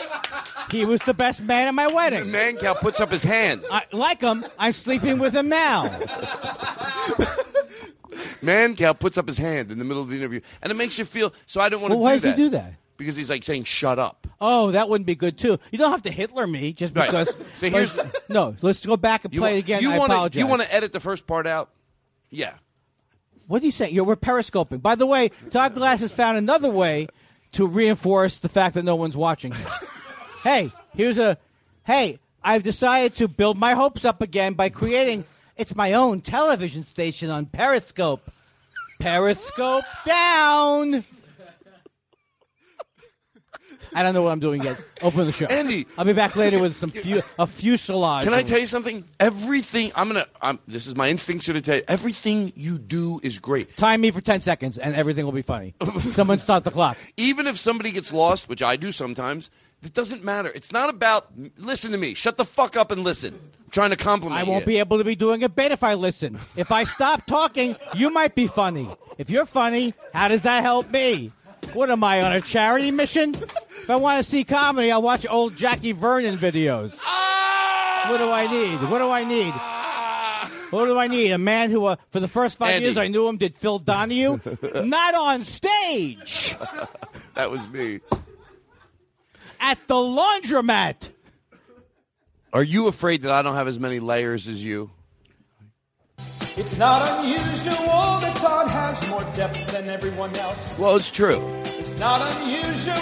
he was the best man at my wedding.
Man, Cal puts up his hands.
I, like him, I'm sleeping with him now.
Man, Cal puts up his hand in the middle of the interview, and it makes you feel. So I don't want to
Well, why
do
does he
that.
do that?
Because he's like saying, "Shut up."
Oh, that wouldn't be good too. You don't have to Hitler me just
Right.
because.
So here's-
let's- no. Let's go back and
You
play
wa-
it again.
You
I
wanna-
apologize.
You want to edit the first part out? Yeah.
What are you saying? You're, we're periscoping. By the way, Todd Glass has found another way to reinforce the fact that no one's watching him. hey, here's a. Hey, I've decided to build my hopes up again by creating. It's my own television station on Periscope. Periscope down. I don't know what I'm doing yet. Open the show,
Andy.
I'll be back later with some fu- a fuselage.
Can I
of-
tell you something? Everything I'm gonna. I'm, this is my instincts are to tell you. Everything you do is great.
Time me for ten seconds, and everything will be funny. Someone stop the clock.
Even if somebody gets lost, which I do sometimes, it doesn't matter. It's not about. Listen to me. Shut the fuck up and listen. I'm trying to compliment.
I won't
you.
be able to be doing a bit if I listen. If I stop talking, you might be funny. If you're funny, how does that help me? What am I on a charity mission? If I want to see comedy, I'll watch old Jackie Vernon videos. What do I need? What do I need? What do I need? A man who, uh, for the first five
Andy.
years I knew him, did Phil Donahue? Not on stage!
That was me.
At the laundromat!
Are you afraid that I don't have as many layers as you?
It's not unusual that Todd has more depth than everyone else.
Well, it's true.
It's not unusual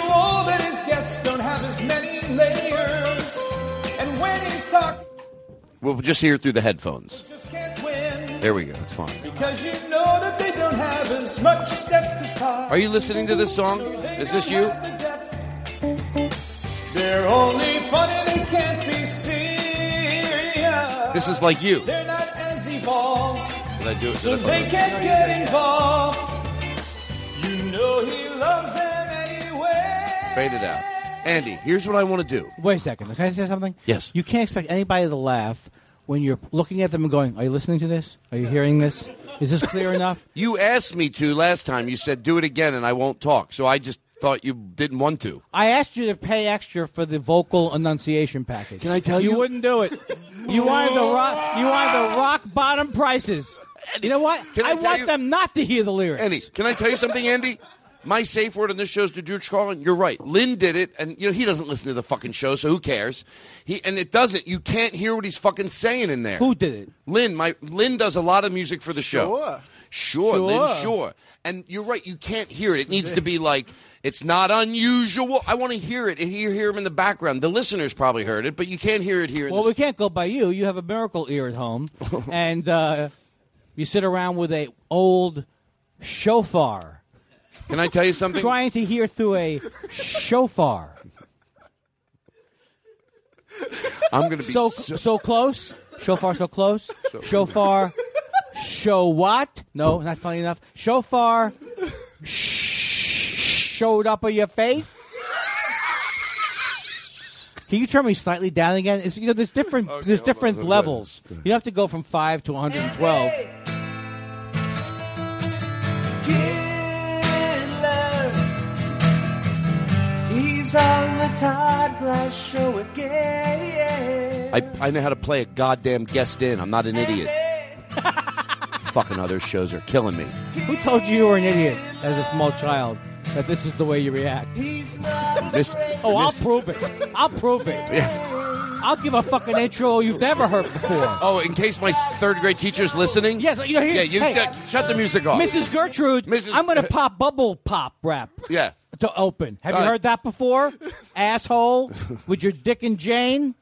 that his guests don't have as many layers. And when he's talk,
We'll just hear it through the headphones.
can't win
There we go. It's fine.
because you know that they don't have as much depth as Todd.
Are you listening to this song? Is this you?
They're only funny, they can't be serious.
This is like you. Did
They're not as evolved.
I do it?
So
Did
they
I-
can't get involved. You know he loves them anyway.
Fade it out. Andy, here's what I want to do.
Wait a second. Can I say something?
Yes.
You can't expect anybody to laugh when you're looking at them and going, "Are you listening to this? Are you hearing this? Is this clear enough?"
You asked me to last time. You said do it again, and I won't talk. So I just thought you didn't want to.
I asked you to pay extra for the vocal enunciation package. Can I tell you? You wouldn't do it. You wanted the rock. You wanted the rock bottom prices. You know what?
Can I tell
want
you-
them not to hear the lyrics.
Andy, can I tell you something, Andy? My safe word on this show is Didruch Carlin. You're right. Lynn did it, and you know he doesn't listen to the fucking show, so who cares? He and it doesn't. You can't hear what he's fucking saying in there.
Who did it?
Lynn. My Lynn does a lot of music for the show.
Sure.
Sure, Lynn.
Sure.
Sure. And you're right. You can't hear it. It needs to be like it's not unusual. I want to hear it. You hear him in the background. The listeners probably heard it, but you can't hear it here. in
Well,
the
we can't go by you. You have a miracle ear at home, and uh, you sit around with a old shofar,
Can I tell you something?
trying to hear through a shofar.
I'm going to be
So so, close, shofar so close, shofar, show what? No, not funny enough. Shofar sh- showed up on your face. Can you turn me slightly down again? It's, you know, there's different there's different
Go ahead.
levels. You don't have to go from five to 112.
Get love. He's on the Todd Glass show again.
I, I know how to play a goddamn guest in. I'm not an idiot. Fucking other shows are killing me.
Who told you you were an idiot as a small child? That this is the way you react.
He's not
This,
Oh, I'll
this-
prove it. I'll prove it.
Yeah.
I'll give a fucking intro you've never heard before.
Oh, in case my s- third grade teacher's listening.
Yes, you know, here-
yeah, you
hey.
got- shut the music off.
Mrs. Gertrude,
Mrs.
I'm going to pop bubble pop rap
Yeah.
to open. Have you
Uh,
heard that before? Asshole with your dick and Jane.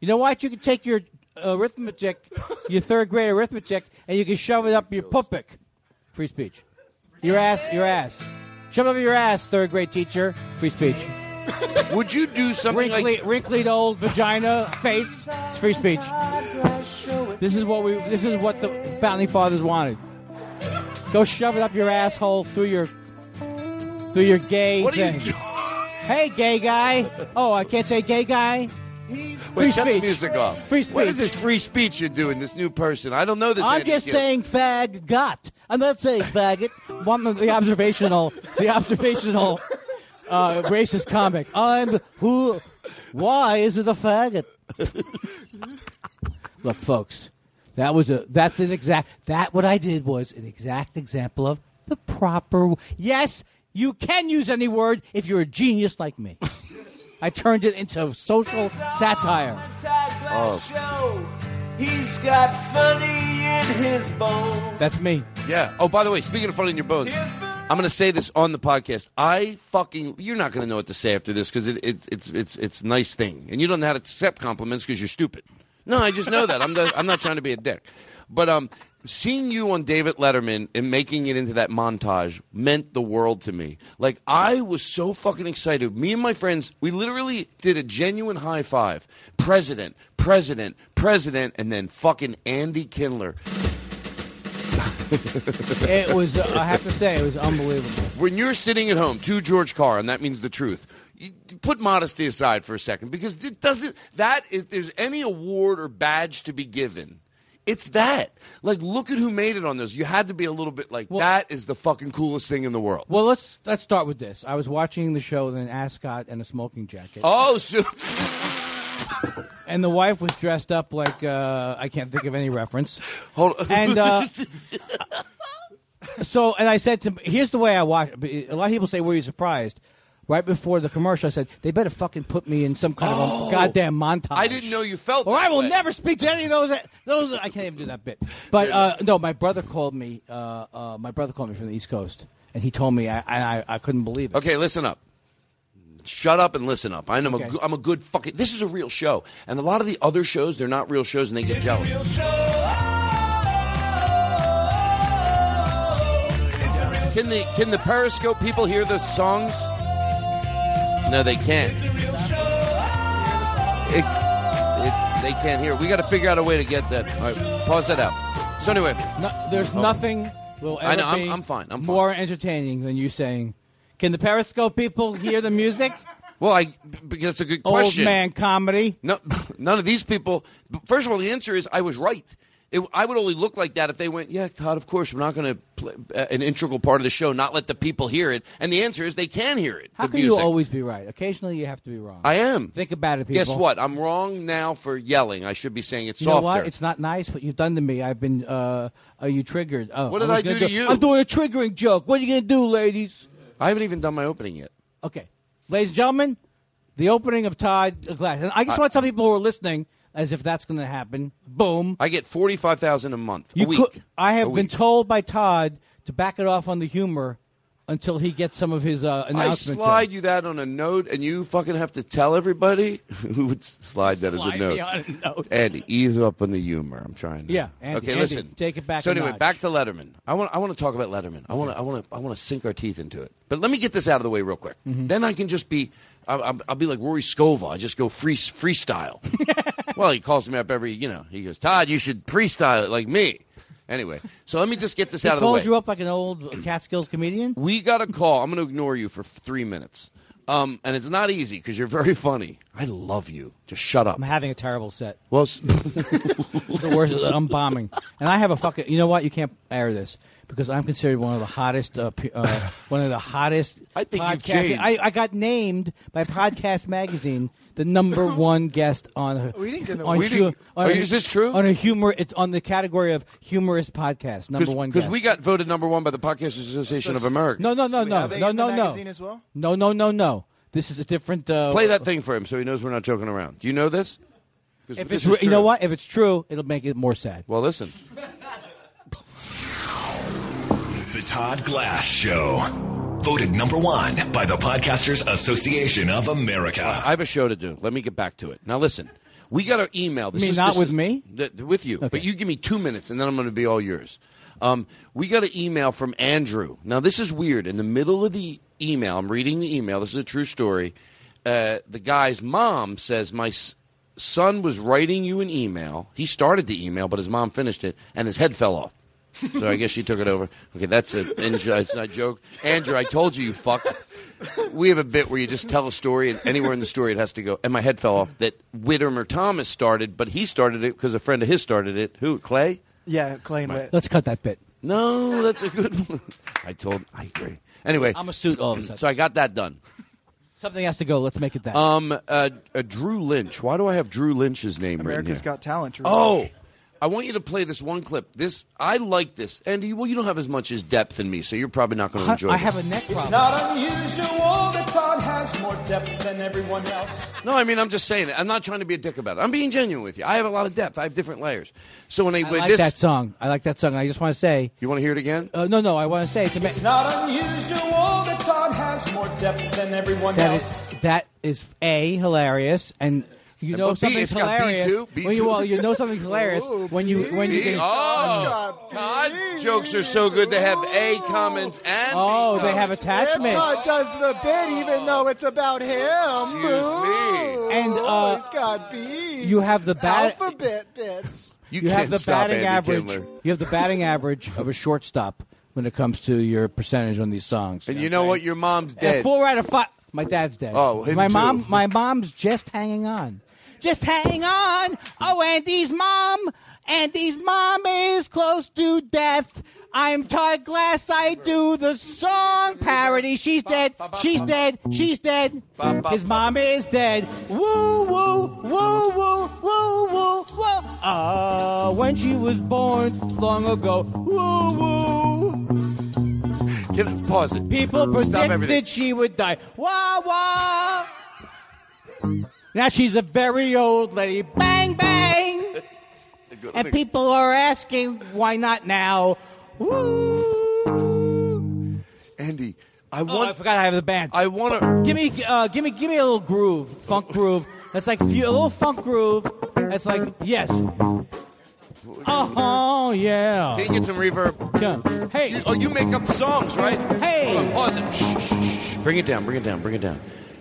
You know what? You can take your arithmetic, your third grade arithmetic, and you can shove it up your pupik. Free speech. Your ass, your ass. Shove it up your ass, third grade teacher. Free speech.
Would you do something
wrinkly,
like?
wrinkled old vagina face. It's free speech. This is what we. This is what the founding fathers wanted. Go shove it up your asshole through your through your gay
What are you
thing.
doing?
hey, gay guy. Oh, I can't say gay guy.
Wait, shut the
speech.
music off.
Free
What is
speech.
this free speech you're doing? This new person. I don't know this.
I'm
Andy
just
Gill.
saying fag got. I'm not saying faggot. One of the observational, the observational uh, racist comic. I'm who? Why is it a faggot? Look, folks, that was a. That's an exact. That what I did was an exact example of the proper. Yes, you can use any word if you're a genius like me. I turned it into social satire.
Todd
Oh.
Glass show. He's got funny in his bones.
That's me.
Yeah. Oh, by the way, speaking of fun in your bones, I'm going to say this on the podcast. I fucking you're not going to know what to say after this because it, it, it's it's it's a nice thing, and you don't know how to accept compliments because you're stupid. No, I just know that. I'm not, I'm not trying to be a dick, but um, seeing you on David Letterman and making it into that montage meant the world to me. Like I was so fucking excited. Me and my friends, we literally did a genuine high five. President, president, president, and then fucking Andy Kindler.
It was. I have to say, it was unbelievable.
when you're sitting at home to George Carr, and that means the truth. You, put modesty aside for a second, because it doesn't. That is, there's any award or badge to be given. It's that. Like, look at who made it on those. You had to be a little bit like that is the fucking coolest thing in the world.
Well, let's let's start with this. I was watching the show with an ascot and a smoking jacket,
Oh, so,
and the wife was dressed up like uh, I can't think of any reference.
hold on.
And uh, so, and I said to, "Here's the way I watch." A lot of people say, "Were you surprised?" right before the commercial, I said, they better fucking put me in some kind of a goddamn montage.
Oh. I didn't know you felt.
or
that
I will
way.
never speak to any of those. Those I can't even do that bit. But uh, no, my brother called me. Uh, uh, my brother called me from the East Coast, and he told me, I, and I, I couldn't believe it.
Okay, listen up. Shut up and listen up. I'm
Okay.
a, go- I'm a good fucking. This is a real show, and a lot of the other shows they're not real shows, and they get jealous. Can the can the Periscope people hear the songs? No, they can't. It, it, they can't hear. We got to figure out a way to get that. All right, pause that out. So anyway,
No, there's
Oh.
nothing will ever
I know. I'm,
be
I'm fine. I'm fine.
more entertaining than you saying, "Can the Periscope people hear the music?"
Well, I because it's a good
Old
question.
man comedy.
No, none of these people. First of all, the answer is I was right. It, I would only look like that if they went, yeah, Todd. Of course, we're not going to play uh, an integral part of the show, not let the people hear it. And the answer is they can hear it.
How
the
can
music.
you always be right? Occasionally, you have to be wrong.
I am.
Think about it, people.
Guess what? I'm wrong now for yelling. I should be saying it
You
softer.
know what? It's not nice what you've done to me. I've been, uh, are you triggered? Oh,
What did
was
I do
gonna
to you?
I'm doing a triggering joke. What are you going to do, ladies?
I haven't even done my opening yet.
Okay. Ladies and gentlemen, the opening of Todd Glass. And I just
I-
want some people who are listening, as if that's going to happen. Boom.
I get forty five thousand a month. a
You
week.
could- I
A
have been
week.
told by Todd to back it off on the humor until he gets some of his uh,
I
announcements. in.
slide you that on a note, and you fucking have to tell everybody who would s- slide that as
Slide
a
me
note.
on a note.
Andy, ease up on the humor. I'm trying. To.
Yeah, Andy,
okay,
Andy,
listen.
take it back
So
a
anyway,
notch.
back to Letterman. I want. I want to talk about Letterman. I want. to. I want to. I want to sink our teeth into it. But let me get this out of the way real quick.
Mm-hmm.
Then I can just be. I'll, I'll- I'll be like Rory Scovel. I just go free freestyle. well, he calls me up every. You know, he goes, Todd, you should freestyle it like me. Anyway, so let me just get this
He
out of the way.
calls you up like an old Catskills comedian.
We got a call. I'm going to ignore you for f- three minutes. Um, and it's not easy because you're very funny. I love you. Just shut up.
I'm having a terrible set.
Well, s-
the worst is I'm bombing, and I have a fucking. You know what? You can't air this because I'm considered one of the hottest. Uh, pe- uh, one of the hottest. I
think you've changed.
I, I got named by Podcast Magazine the number one guest on.
We didn't get
on
we
hu-
didn't-
on
Are
a-
you- is this true?
On a humor, it's on the category of humorous podcast number one.
Because
guest.
we got voted number one by the Podcasters Association of America.
No, no, no, no,
have they
no,
in
Oh, no,
the
no.
magazine as well?
No, no, no, no. This is a different. Uh,
Play that thing for him so he knows we're not joking around. Do you know this? 'Cause
If
this
it's,
is
re- you know
true.
what? If it's true, it'll make it more sad.
Well, listen.
The Todd Glass Show. Voted number one by the Podcasters Association of America.
I have a show to do. Let me get back to it. Now, listen. We got our email. This
You mean
is,
not
this
with
is-
me?
th- th- with you. But you give me two minutes, and then I'm going to be all yours. Um, we got an email from Andrew. Now, this is weird. In the middle of the email, I'm reading the email. This is a true story. Uh, the guy's mom says, My s- son was writing you an email. He started the email, but his mom finished it, and his head fell off. So I guess she took it over. Okay, that's a, it's not a joke. Andrew, I told you, you fuck. We have a bit where you just tell a story, and anywhere in the story it has to go. And my head fell off that Whittimer Thomas started, but he started it because a friend of his started it. Who? Clay?
Yeah, claim it.
Let's cut that bit.
No, that's a good one. I told. I agree. Anyway,
I'm a suit all of a sudden.
So I got that done.
Something has to go. Let's make it that.
Um, uh, uh, Drew Lynch. Why do I have Drew Lynch's name written
America's
here?
Got Talent. Drew
Oh,
Lynch.
I want you to play this one clip. This I like this, Andy. Well, you don't have as much as depth in me, so you're probably not going to enjoy.
I
this.
have a neck
It's
problem.
not unusual that Todd has more depth than everyone else.
No, I mean I'm just saying it. I'm not trying to be a dick about it. I'm being genuine with you. I have a lot of depth. I have different layers. So when I,
I
with
like
this,
that song. I like that song. I just want to say.
You want to hear it again?
Uh, no, no. I want to say to ma-
It's not unusual that Todd has more depth than everyone
that
else.
is that is a hilarious and. You
And
know
but B,
something's
it's got
hilarious.
B2, B2.
When you, well, you know something's hilarious when you when you
B.
can,
Oh, Todd's jokes are so good. They have A comments and
Oh,
B
they have
comments.
attachments.
Todd does the bit even though it's about him. Excuse
me.
And, uh,
it's got B.
you have the bat-
alphabet bits.
You,
have
can't
the
stop
batting
Andy
average.
Kindler.
You have the batting average of a shortstop when it comes to your percentage on these songs.
And you know what? Your mom's
And
dead.
four out of five. My dad's dead.
Oh, him
my
too.
mom. My mom's just hanging on. Just hang on. Oh, Andy's mom. Andy's mom is close to death. I'm Todd Glass. I do the song parody. She's dead. She's dead. She's dead. His mom is dead. Woo, woo, woo, woo, woo, woo, woo. Ah, Uh, when she was born long ago. Woo, woo.
Can, pause it.
People
Stop everything.
predicted she would die. Wah wah. Now she's a very old lady. Bang bang.
Good.
And people are asking, why not now? Woo.
Andy, I
want. Oh, I forgot I have the band.
I want to
give me, uh, give me, give me a little groove, funk groove. That's like few, a little funk groove. That's like yes. Oh yeah.
Can you get some reverb?
Yeah. Hey.
You, oh, you make up songs, right?
Hey.
Hold on, pause it. Shh, shh, shh. Bring it down. Bring it down. Bring it down.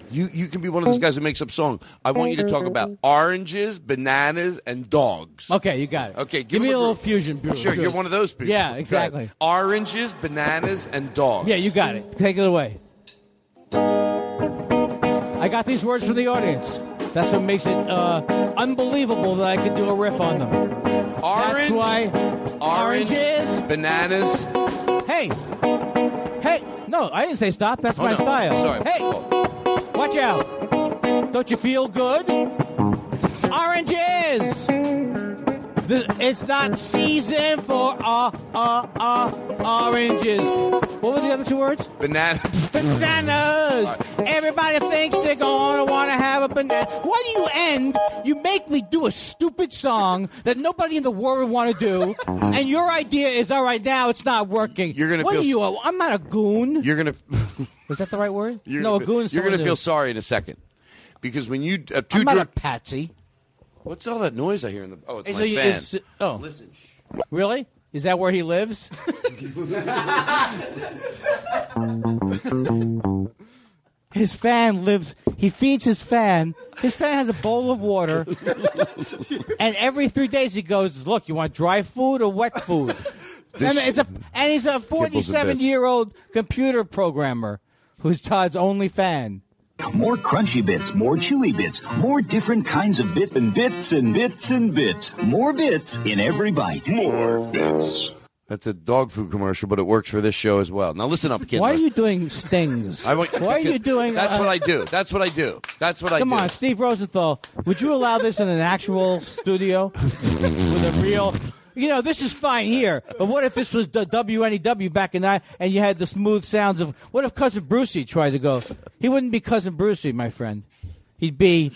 You you can be one of those guys who makes up song. I want you to talk about oranges, bananas, and dogs.
Okay, you got it.
Okay, give,
give me
him
a little
groove.
fusion. bro-
Sure, you're
groove.
one of those people.
Yeah,
Go ahead.
exactly.
Oranges, bananas, and dogs.
Yeah, you got it. Take it away. I got these words from the audience. That's what makes it uh, unbelievable that I could do a riff on them.
Orange.
That's why.
Orange,
Oranges.
bananas.
Hey, hey! No, I didn't say stop. That's
Oh,
my
no.
style.
Sorry. Oh.
Hey, watch out! Don't you feel good? Oranges. The- it's not season for uh uh uh oranges. What were the other two words?
Bananas.
Bananas! Everybody thinks they're going to want to have a banana. Why do you end? You make me do a stupid song that nobody in the world would want to do, and your idea is all right now. It's not working.
You're gonna
What
feel
are you? A, I'm not a goon.
You're gonna.
Is that the right word?
You're
no,
gonna,
a goon. is
You're
someone
gonna feel
who-
sorry in a second, because when you uh, two
I'm not a
drink.
patsy.
What's all that noise I hear in the? Oh, it's
Is
my
it-
fan.
is it- oh, listen. Really? Is that where he lives? His fan lives. He feeds his fan. His fan has a bowl of water, and every three days he goes, "Look, you want dry food or wet food?"
This-
and it's a and he's a forty-seven-year-old computer programmer who's Todd's only fan.
More crunchy bits, more chewy bits, more different kinds of bits and bits and bits and bits. More bits in every bite. More bits.
That's a dog food commercial, but it works for this show as well. Now listen up, kid.
Why are you doing stings?
I want-
Why are you
because
doing?
That's
uh,
what I do. That's what I do. That's what I
Come
do.
on, Steve Rosenthal. Would you allow this in an actual studio with a real? You know, this is fine here, but what if this was the WNEW back in that, and you had the smooth sounds of? What if cousin Brucey tried to go? He wouldn't be cousin Brucey, my friend. He'd be,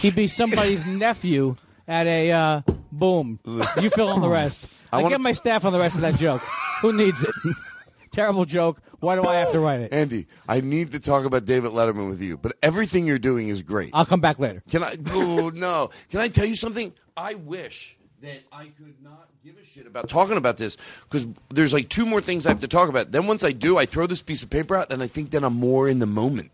he'd be somebody's nephew at a uh, boom. You fill in the rest.
I
I,
wanna-
get my staff on the rest of that joke. Who needs it? Terrible joke. Why do I have to write it?
Andy, I need to talk about David Letterman with you, but everything you're doing is great.
I'll come back later.
Can I? Oh no! Can I tell you something? I wish that I could not give a shit about talking about this because there's like two more things I have to talk about. Then once I do, I throw this piece of paper out, and I think then I'm more in the moment.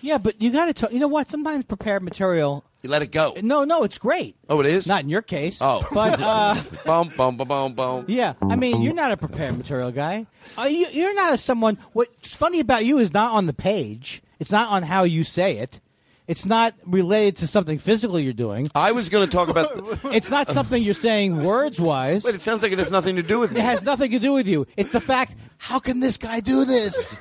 Yeah, but you got to talk. You know what? Sometimes prepared material.
You let it go.
No, no, it's great.
Oh, it is.
Not in your case.
Oh,
But uh,
bum bum bum bum bum.
yeah, I mean, you're not a prepared material guy. Uh, you, you're not a someone. What's funny about you is not on the page. It's not on how you say it. It's not related to something physical you're doing.
I was going to talk about.
It's not something you're saying words wise.
Wait, it sounds like it has nothing to do with me.
It has nothing to do with you. It's the fact. How can this guy do this?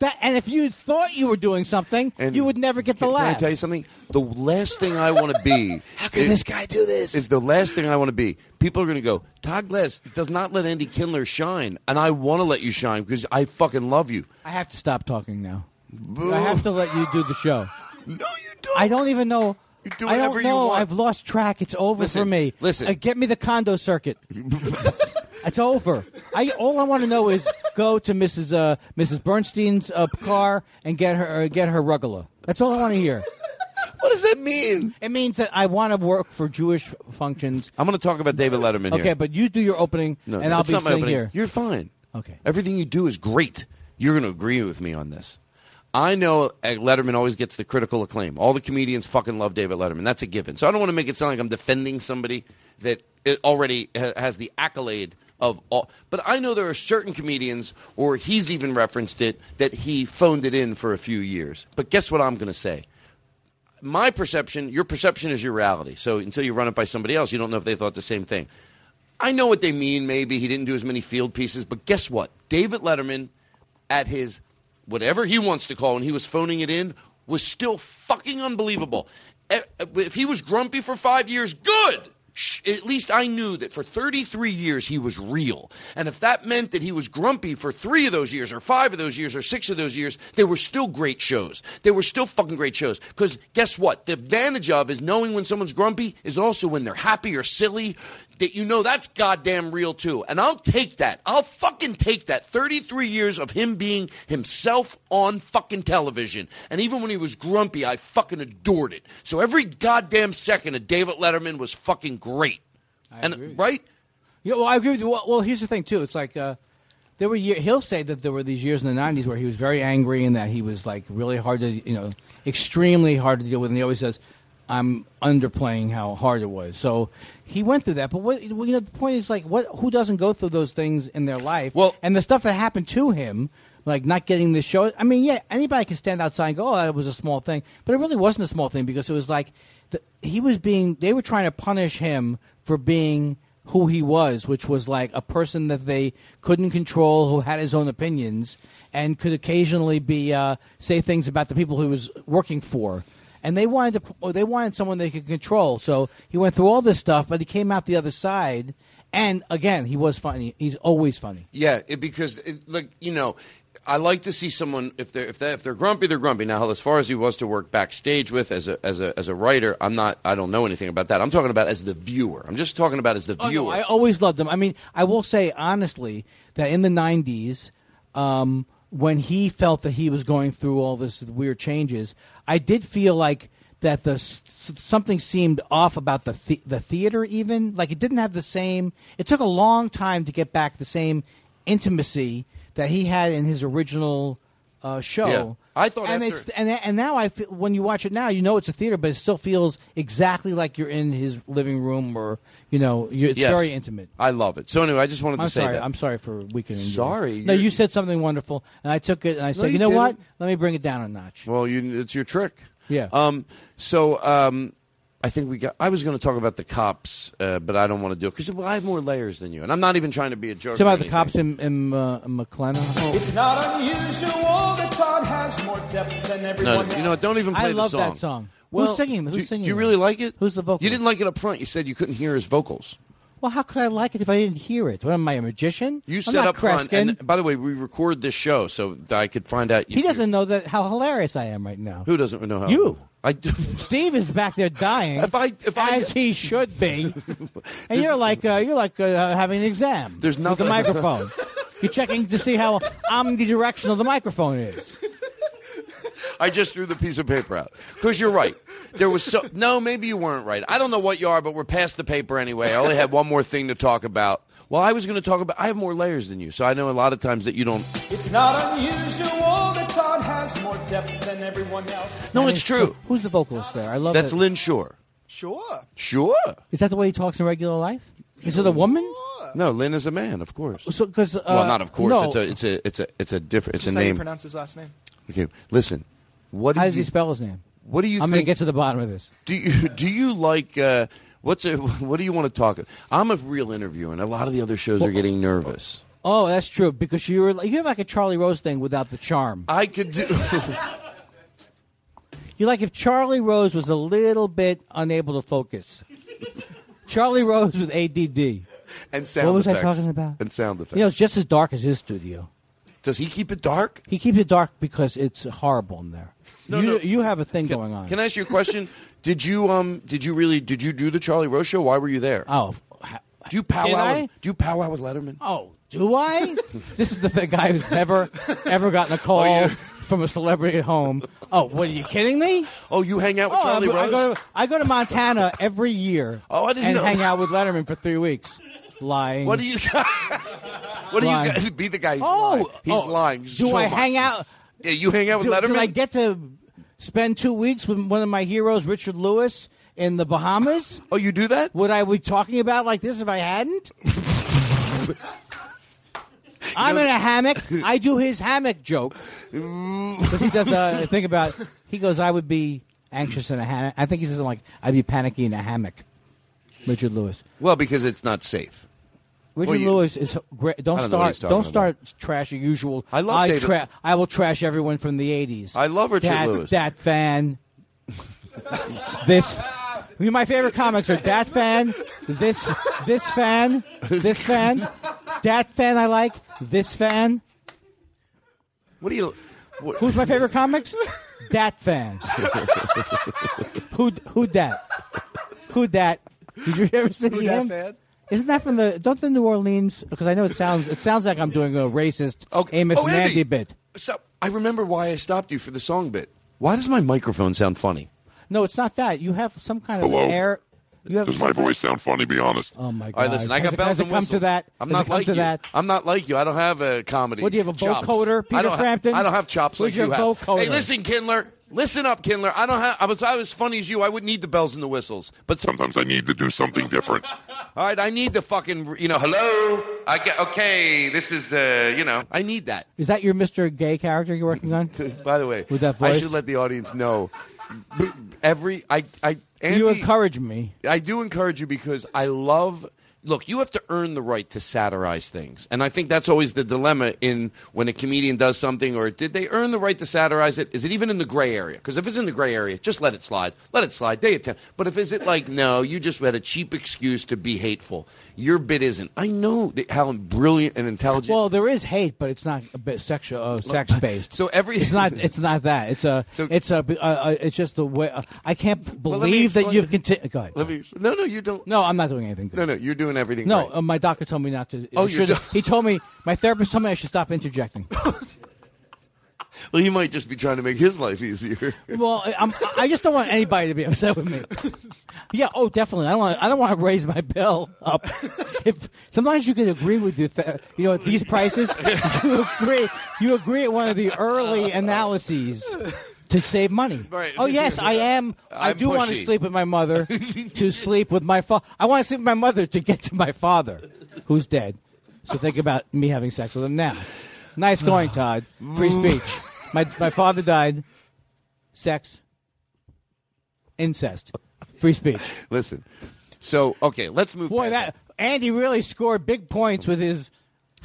That, and if you thought you were doing something,
And-
you would never get the
Can I
laugh.
tell you something? The last thing I want to be. How
can this guy do this?
Is the last thing I want to be. People are going to go. Todd Glass does not let Andy Kindler shine, and I want to let you shine because I fucking love you.
I have to stop talking now. I have to let you do the show.
No, you don't.
I don't even know.
You do
I
whatever
don't
you
know.
want.
I've lost track. It's over for
Listen,
me.
listen.
Uh, get me the condo circuit. it's over. I all I want to know is go to Mrs. Uh, Mrs. Bernstein's uh, car and get her uh, get her rugula. That's all I want to hear.
What does that mean?
It means that I want to work for Jewish functions.
I'm going to talk about David Letterman here.
Okay, but you do your opening,
no,
and
no,
I'll
it's
be
not my
sitting
opening.
here.
You're fine.
Okay.
Everything you do is great. You're going to agree with me on this. I know uh, Letterman always gets the critical acclaim. All the comedians fucking love David Letterman. That's a given. So I don't want to make it sound like I'm defending somebody that uh, already ha- has the accolade of all. But I know there are certain comedians, or he's even referenced it, that he phoned it in for a few years. But guess what I'm going to say? my perception, your perception is your reality. So until you run it by somebody else, you don't know if they thought the same thing. I know what they mean, maybe. He didn't do as many field pieces, but guess what? David Letterman, at his whatever he wants to call, and he was phoning it in, E, was still fucking unbelievable. Eh, If he was grumpy for five years, good. sh- at least I knew that for 33 years he was real. And if that meant that he was grumpy for three of those years, or five of those years, or six of those years, they were still great shows. They were still fucking great shows. Because guess what? The advantage of is knowing when someone's grumpy is also when they're happy or silly. That you know that's goddamn real too. And I'll take that. I'll fucking take that. 33 years of him being himself on fucking television. And even when he was grumpy, I fucking adored it. So every goddamn second of David Letterman was fucking great. and right?
Yeah, well, I agree with you. Well, well here's the thing too. It's like uh, there were year, he'll say that there were these years in the '90s where he was very angry and that he was like really hard to you know extremely hard to deal with. And he always says, "I'm underplaying how hard it was." So he went through that. But what well, you know, the point is like, what who doesn't go through those things in their life? Well, and the stuff that happened to him. Like not getting the show. I mean, yeah, anybody can stand outside and go, "Oh, that was a small thing," but it really wasn't a small thing because it was like the, he was being. They were trying to punish him for being who he was, which was like a person that they couldn't control, who had his own opinions, and could occasionally be uh, say things about the people he was working for. And they wanted to, or they wanted someone they could control. So he went through all this stuff, but he came out the other side. And again, he was funny. He's always funny.
Yeah, it, because it, like you know, I like to see someone if they're if they if they're grumpy, they're grumpy. Now, as far as he was to work backstage with as a as a as a writer, I'm not. I don't know anything about that. I'm talking about as the viewer. I'm just talking about as the
Oh,
viewer.
no, I always loved him. I mean, I will say honestly that in the '90s, um, when he felt that he was going through all this weird changes, I did feel like that the s- s- something seemed off about the the, the theater. Even like it didn't have the same. It took a long time to get back the same intimacy that he had in his original uh, show.
Yeah. I thought
and
after-
it's and and now I feel when you watch it now, you know it's a theater, but it still feels exactly like you're in his living room or you know you it's
Yes.
very intimate.
I love it. So anyway, I just wanted
I'm
to say
sorry.
that.
I'm sorry for weakening. you.
Sorry,
No,
you're-
you said something wonderful, and I took it and I said,
you
you, know what?
didn't.
Let me bring it down a notch.
Well, you, it's your trick.
Yeah.
Um. So, um, I think we got. I was going to talk about the cops, uh, but I don't want to do it because I have more layers than you, and I'm not even trying to be a joke.
It's about
or
the cops in, in uh, McLennan.
It's not unusual that Todd has more depth than
anything. No,
everyone
no, you know what? Don't even play
I
the
love
song.
that song.
Well,
Who's singing? Who's
do-
singing?
You
that?
really like it?
Who's the vocal?
You didn't like it up front. You said you couldn't hear his vocals.
Well, how could I like it if I didn't hear it? What am I, a magician?
You
I'm
said
not
up front,
Kreskin.
and by the way, we record this show, so that I could find out.
he doesn't know that how hilarious I am right now.
Who doesn't know how?
You.
I do.
Steve is back there dying. if
I, if I,
as he should be, and you're like uh, you're like uh, having an exam.
There's nothing-
With the microphone. you're checking to see how omnidirectional the microphone is.
I just threw the piece of paper out because you're right. There was so no, maybe you weren't right. I don't know what you are, but we're past the paper anyway. I only had one more thing to talk about. Well, I was going to talk about. I have more layers than you, so I know a lot of times that you don't.
It's not unusual that Todd has more depth than everyone else.
No,
And
it's
so-
true.
who's the vocalist there? I love
That's
it.
Lynn Shore.
Sure.
Sure.
Is that the way he talks in regular life? Is it a woman?
No, Lynn is a man, of course.
So, 'cause, uh,
well, not of course.
no.
It's a it's a it's a it's a different. It's
Just
a
how you
name.
pronounce his last name.
Okay, listen. What do
How
you,
does he spell his name?
What do you?
I'm gonna
think,
get to the bottom of this.
Do you do you like? Uh, what's a, what do you want to talk? I'm a real interviewer, and a lot of the other shows are getting nervous.
Oh, that's true because you were you have like a Charlie Rose thing without the charm.
I could do.
You're like if Charlie Rose was a little bit unable to focus. Charlie Rose with ADD.
and sound
What was I
effects.
talking about?
And sound effects.
You know, it's just as dark as his studio.
Does he keep it dark?
He keeps it dark because it's horrible in there.
No,
you
no.
you have a thing going on.
Can I ask you a question? did you um did you really did you do the Charlie Rose show? Why were you there?
Oh,
do you powwow?
did I?
With, do you powwow with Letterman?
Oh, do I? this is the th- guy who's never ever
Oh,
gotten a call from a celebrity at home. Oh, what are you kidding me?
Oh, you hang out with
Oh,
Charlie
I, I
Rose?
go to, I go to Montana every year.
Oh, I didn't
and
know.
hang out with Letterman for three weeks. Lying.
What do you? what do you?
Lying.
guys- Be the guy. Who's lying.
Oh,
he's
oh,
lying.
Do
so
I
much.
hang out?
Yeah, you hang out with
do,
Letterman.
Did I get to spend two weeks with one of my heroes, Richard Lewis, in the Bahamas?
Oh, you do that?
Would I be talking about like this if I hadn't? I'm in a hammock. I do his hammock joke because he does a thing about. He goes, "I would be anxious in a hammock." I think he says something like, "I'd be panicky in a hammock." Richard Lewis.
Well, because it's not safe.
Richard
Well, you-
Lewis is great. Don't
I don't know what
start.
he's talking
Don't start trash your usual.
I love
I,
David-
tra- I will trash everyone from the '80s.
I love Richard
that,
Lewis.
That fan. this You- My favorite comics are that fan, this this fan, this fan, that fan I like, this fan.
What do you? What?
Who's my favorite comics? that fan. Who who that? Who that? Did you ever see
Who dat
him?
fan?
Isn't that from the? Don't the New Orleans? Because I know it sounds it sounds like I'm doing a racist Amos
Oh, Andy.
Mandy bit.
Stop. I remember why I stopped you for the song bit. Why does my microphone sound funny?
No, it's not that. You have some kind
Hello?
of air. You have
Does my voice sound funny? Be honest.
Oh my god!
All right, listen. I
Has
got
it-
bells
has it
and
come
whistles.
to that?
I'm
Has it
not
come
like
to
you.
that?
I'm not like you. I don't have a comedy.
What do you have, a
chops.
vocoder,
I don't
Peter
ha-
Frampton?
I don't have chops
Who's
like you
your
have.
vocoder?
Hey, listen, Kindler. Listen up, Kindler. I don't have. I was. I was funny as you. I would need the bells and the whistles. But some,
Sometimes I need to do something different.
all right, I need the fucking. You know, hello. I get. Okay, this is the. You know, I need that.
Is that your Mr. Gay character you're working on?
By the way,
With that
I
voice?
should let the audience know. b- Every I I Andy,
you encourage me.
I do encourage you because I love. Look, you have to earn the right to satirize things, and I think that's always the dilemma in when a comedian does something. Or did they earn the right to satirize it? Is it even in the gray area? Because if it's in the gray area, just let it slide. Let it slide. They attempt. But if is it like no, you just had a cheap excuse to be hateful. Your bit isn't. I know that how brilliant and intelligent.
Well, there is hate, but it's not a bit sexual, uh, sex based.
So every
it's not it's not that. It's a it's a uh, uh, it's just the way. Uh, I can't b-
let me
believe that
explain-
you've continued. Go ahead.
Let me. No, no, you don't.
No, I'm not doing anything. Good.
No, no, you're doing everything.
No,
right.
uh, my doctor told me not to.
Oh,
I
you're
shouldn't- he told me my therapist told me I should stop interjecting.
Well, you might just be trying to make his life easier.
well, I- I'm, I just don't want anybody to be upset with me. Yeah, oh, definitely. I don't want. I don't want to raise my bill up. If sometimes you can agree with your, th- you know, at these prices, you agree. You agree at one of the early analyses to save money.
Right.
Oh yes, I am. I
I'm
do want to
pushy.
sleep with my mother. to sleep with my father. I want to sleep with my mother to get to my father, who's dead. So think about me having sex with him now. Nice going, Todd. Free speech. My my father died. Sex. Incest. Free speech.
Listen. So okay, let's move.
Boy, that Andy really scored big points with his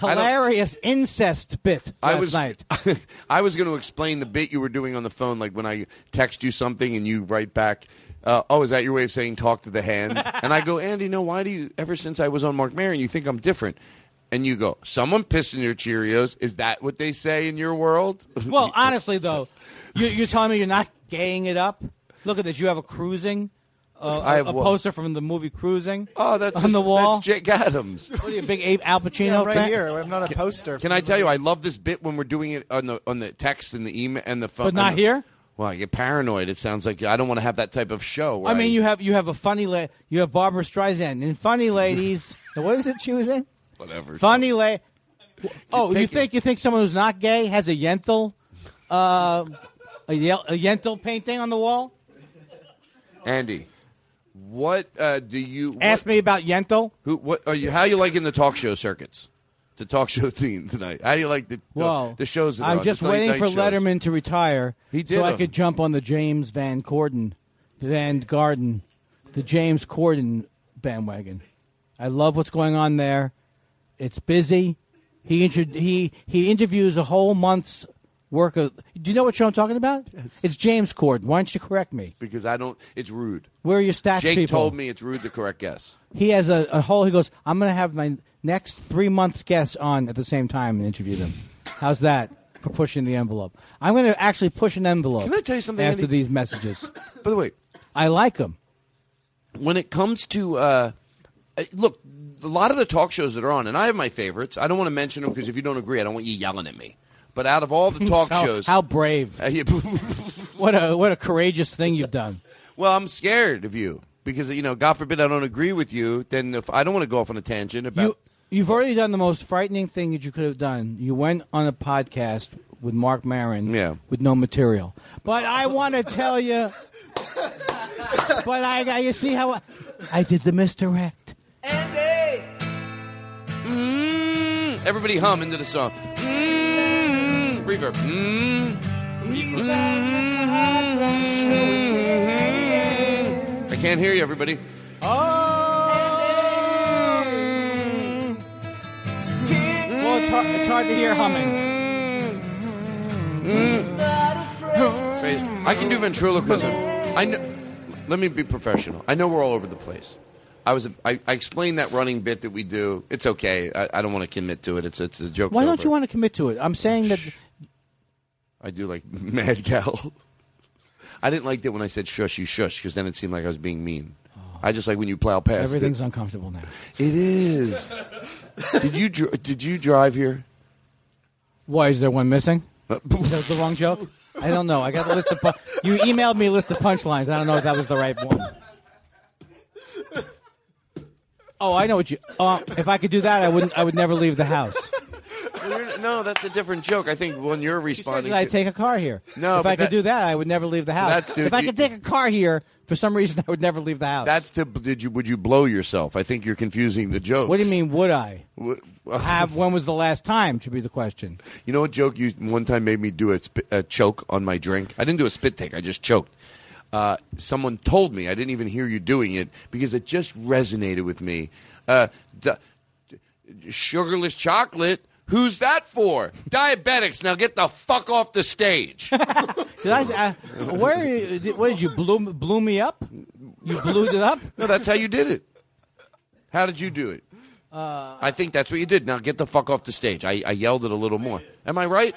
I don't-
hilarious incest bit last
I was
night.
I was going to explain the bit you were doing on the phone, like when I text you something and you write back. Uh, oh, is that your way of saying talk to the hand? and I go, Andy, no. Why do you? Ever since I was on Mark Maron, you think I'm different. And you go, someone pissing your Cheerios. Is that what they say in your world?
Well, honestly though, you, you're telling me you're not gaying it up. Look at this. You have a cruising. Uh,
I have
a, a
what?
poster from the movie Cruising.
Oh, that's
on
just-
the wall.
That's Jake Adams.
What are you, a big Abe Al Pacino
Yeah, right
fan?
here. I'm not a poster.
Can I tell you, I love this bit when we're doing it on the on the text and the email and the phone.
But not
and the-
here?
Well, I get paranoid. It sounds like I don't want to have that type of show. where
I mean, you have you have a funny la- you have Barbara Streisand and funny ladies. Now, what is it she was in?
whatever.
Funny la Oh, you
Take
think you think someone who's not gay has a Yentl, uh, a, Yel- a Yentl painting on the wall?
Andy, what uh, do you what,
Ask me about Yentl.
Who? What are you? How you liking the talk show circuits? The talk show scene tonight. How do you like the
Whoa,
the, the shows? That are
I'm
on,
just
the late
waiting
night
for
shows?
Letterman to retire,
He did
so I
them.
could jump on the James Van Corden, Van Garden, the James Corden bandwagon. I love what's going on there. It's busy. He intro- he he interviews a whole month's work of. Do you know what show I'm talking about? It's James Corden. Why don't you correct me?
because I don't. It's rude.
Where are your stats
Jake
people?
told me it's rude to correct guess.
He has a, a whole. He goes, I'm going to have my next three months guests on at the same time and interview them. How's that for pushing the envelope? I'm going to actually push an envelope.
Can I tell you something,
After
Andy?
these messages,
By the way,
I like him.
when it comes to uh, uh, look, a lot of the talk shows that are on, and I have my favorites. I don't want to mention them because if you don't agree, I don't want you yelling at me. But out of all the talk
how,
shows,
How brave!
Uh, yeah,
What a what a courageous thing you've done.
well, I'm scared of you because you know, God forbid, I don't agree with you. Then if I don't want to go off on a tangent about
You you've already done the most frightening thing that you could have done. You went on a podcast with Mark Maron.
Yeah.
With no material. But I want to tell you. but I, I you see how I, I did the misdirect.
Andy. Mm, everybody hum into the song. Mm, reverb. Mm, mm. I can't hear you, everybody.
Well, it's hard, it's hard to hear humming.
Say- I can do ventriloquism. I know. Let me be professional. I know we're all over the place. I was. I, I explained that running bit that we do. It's okay. I, I don't want to commit to it. It's it's a joke.
Why don't you want to commit to it? I'm saying that
I do like mad gal. I didn't like that when I said shush, you shush, because then it seemed like I was being mean. I just like when you plow past. it.
everything's uncomfortable now.
It is. did you dr- did you drive here?
Why is there one missing?
Uh,
Is that the wrong joke? I don't know. I got a list of. Pu- you emailed me a list of punchlines. I don't know if that was the right one. Oh, I know what you. Oh, if I could do that, I wouldn't. I would never leave the house.
Well, you're- no, that's a different joke. I think when you're responding,
Did I
to-
take a car here?
No,
If
but
I could
that-
do that, I would never leave the house.
That's- dude,
if I
you-
could take a car here, for some reason, I would never leave the house.
That's to did you would you blow yourself? I think you're confusing the joke.
What do you mean? Would I
Wh-
have? When was the last time? Should be the question.
You know what joke you one time made me do a, sp- a choke on my drink? I didn't do a spit take. I just choked. Uh, someone told me I didn't even hear you doing it because it just resonated with me. Uh, d- d- sugarless chocolate. Who's that for? Diabetics. Now get the fuck off the stage.
Did I? I where? Did, what did you blew blew me up? You blew it up.
No, that's how you did it. How did you do it?
Uh,
I think that's what you did. Now get the fuck off the stage. I, I yelled it a little more. Am I right?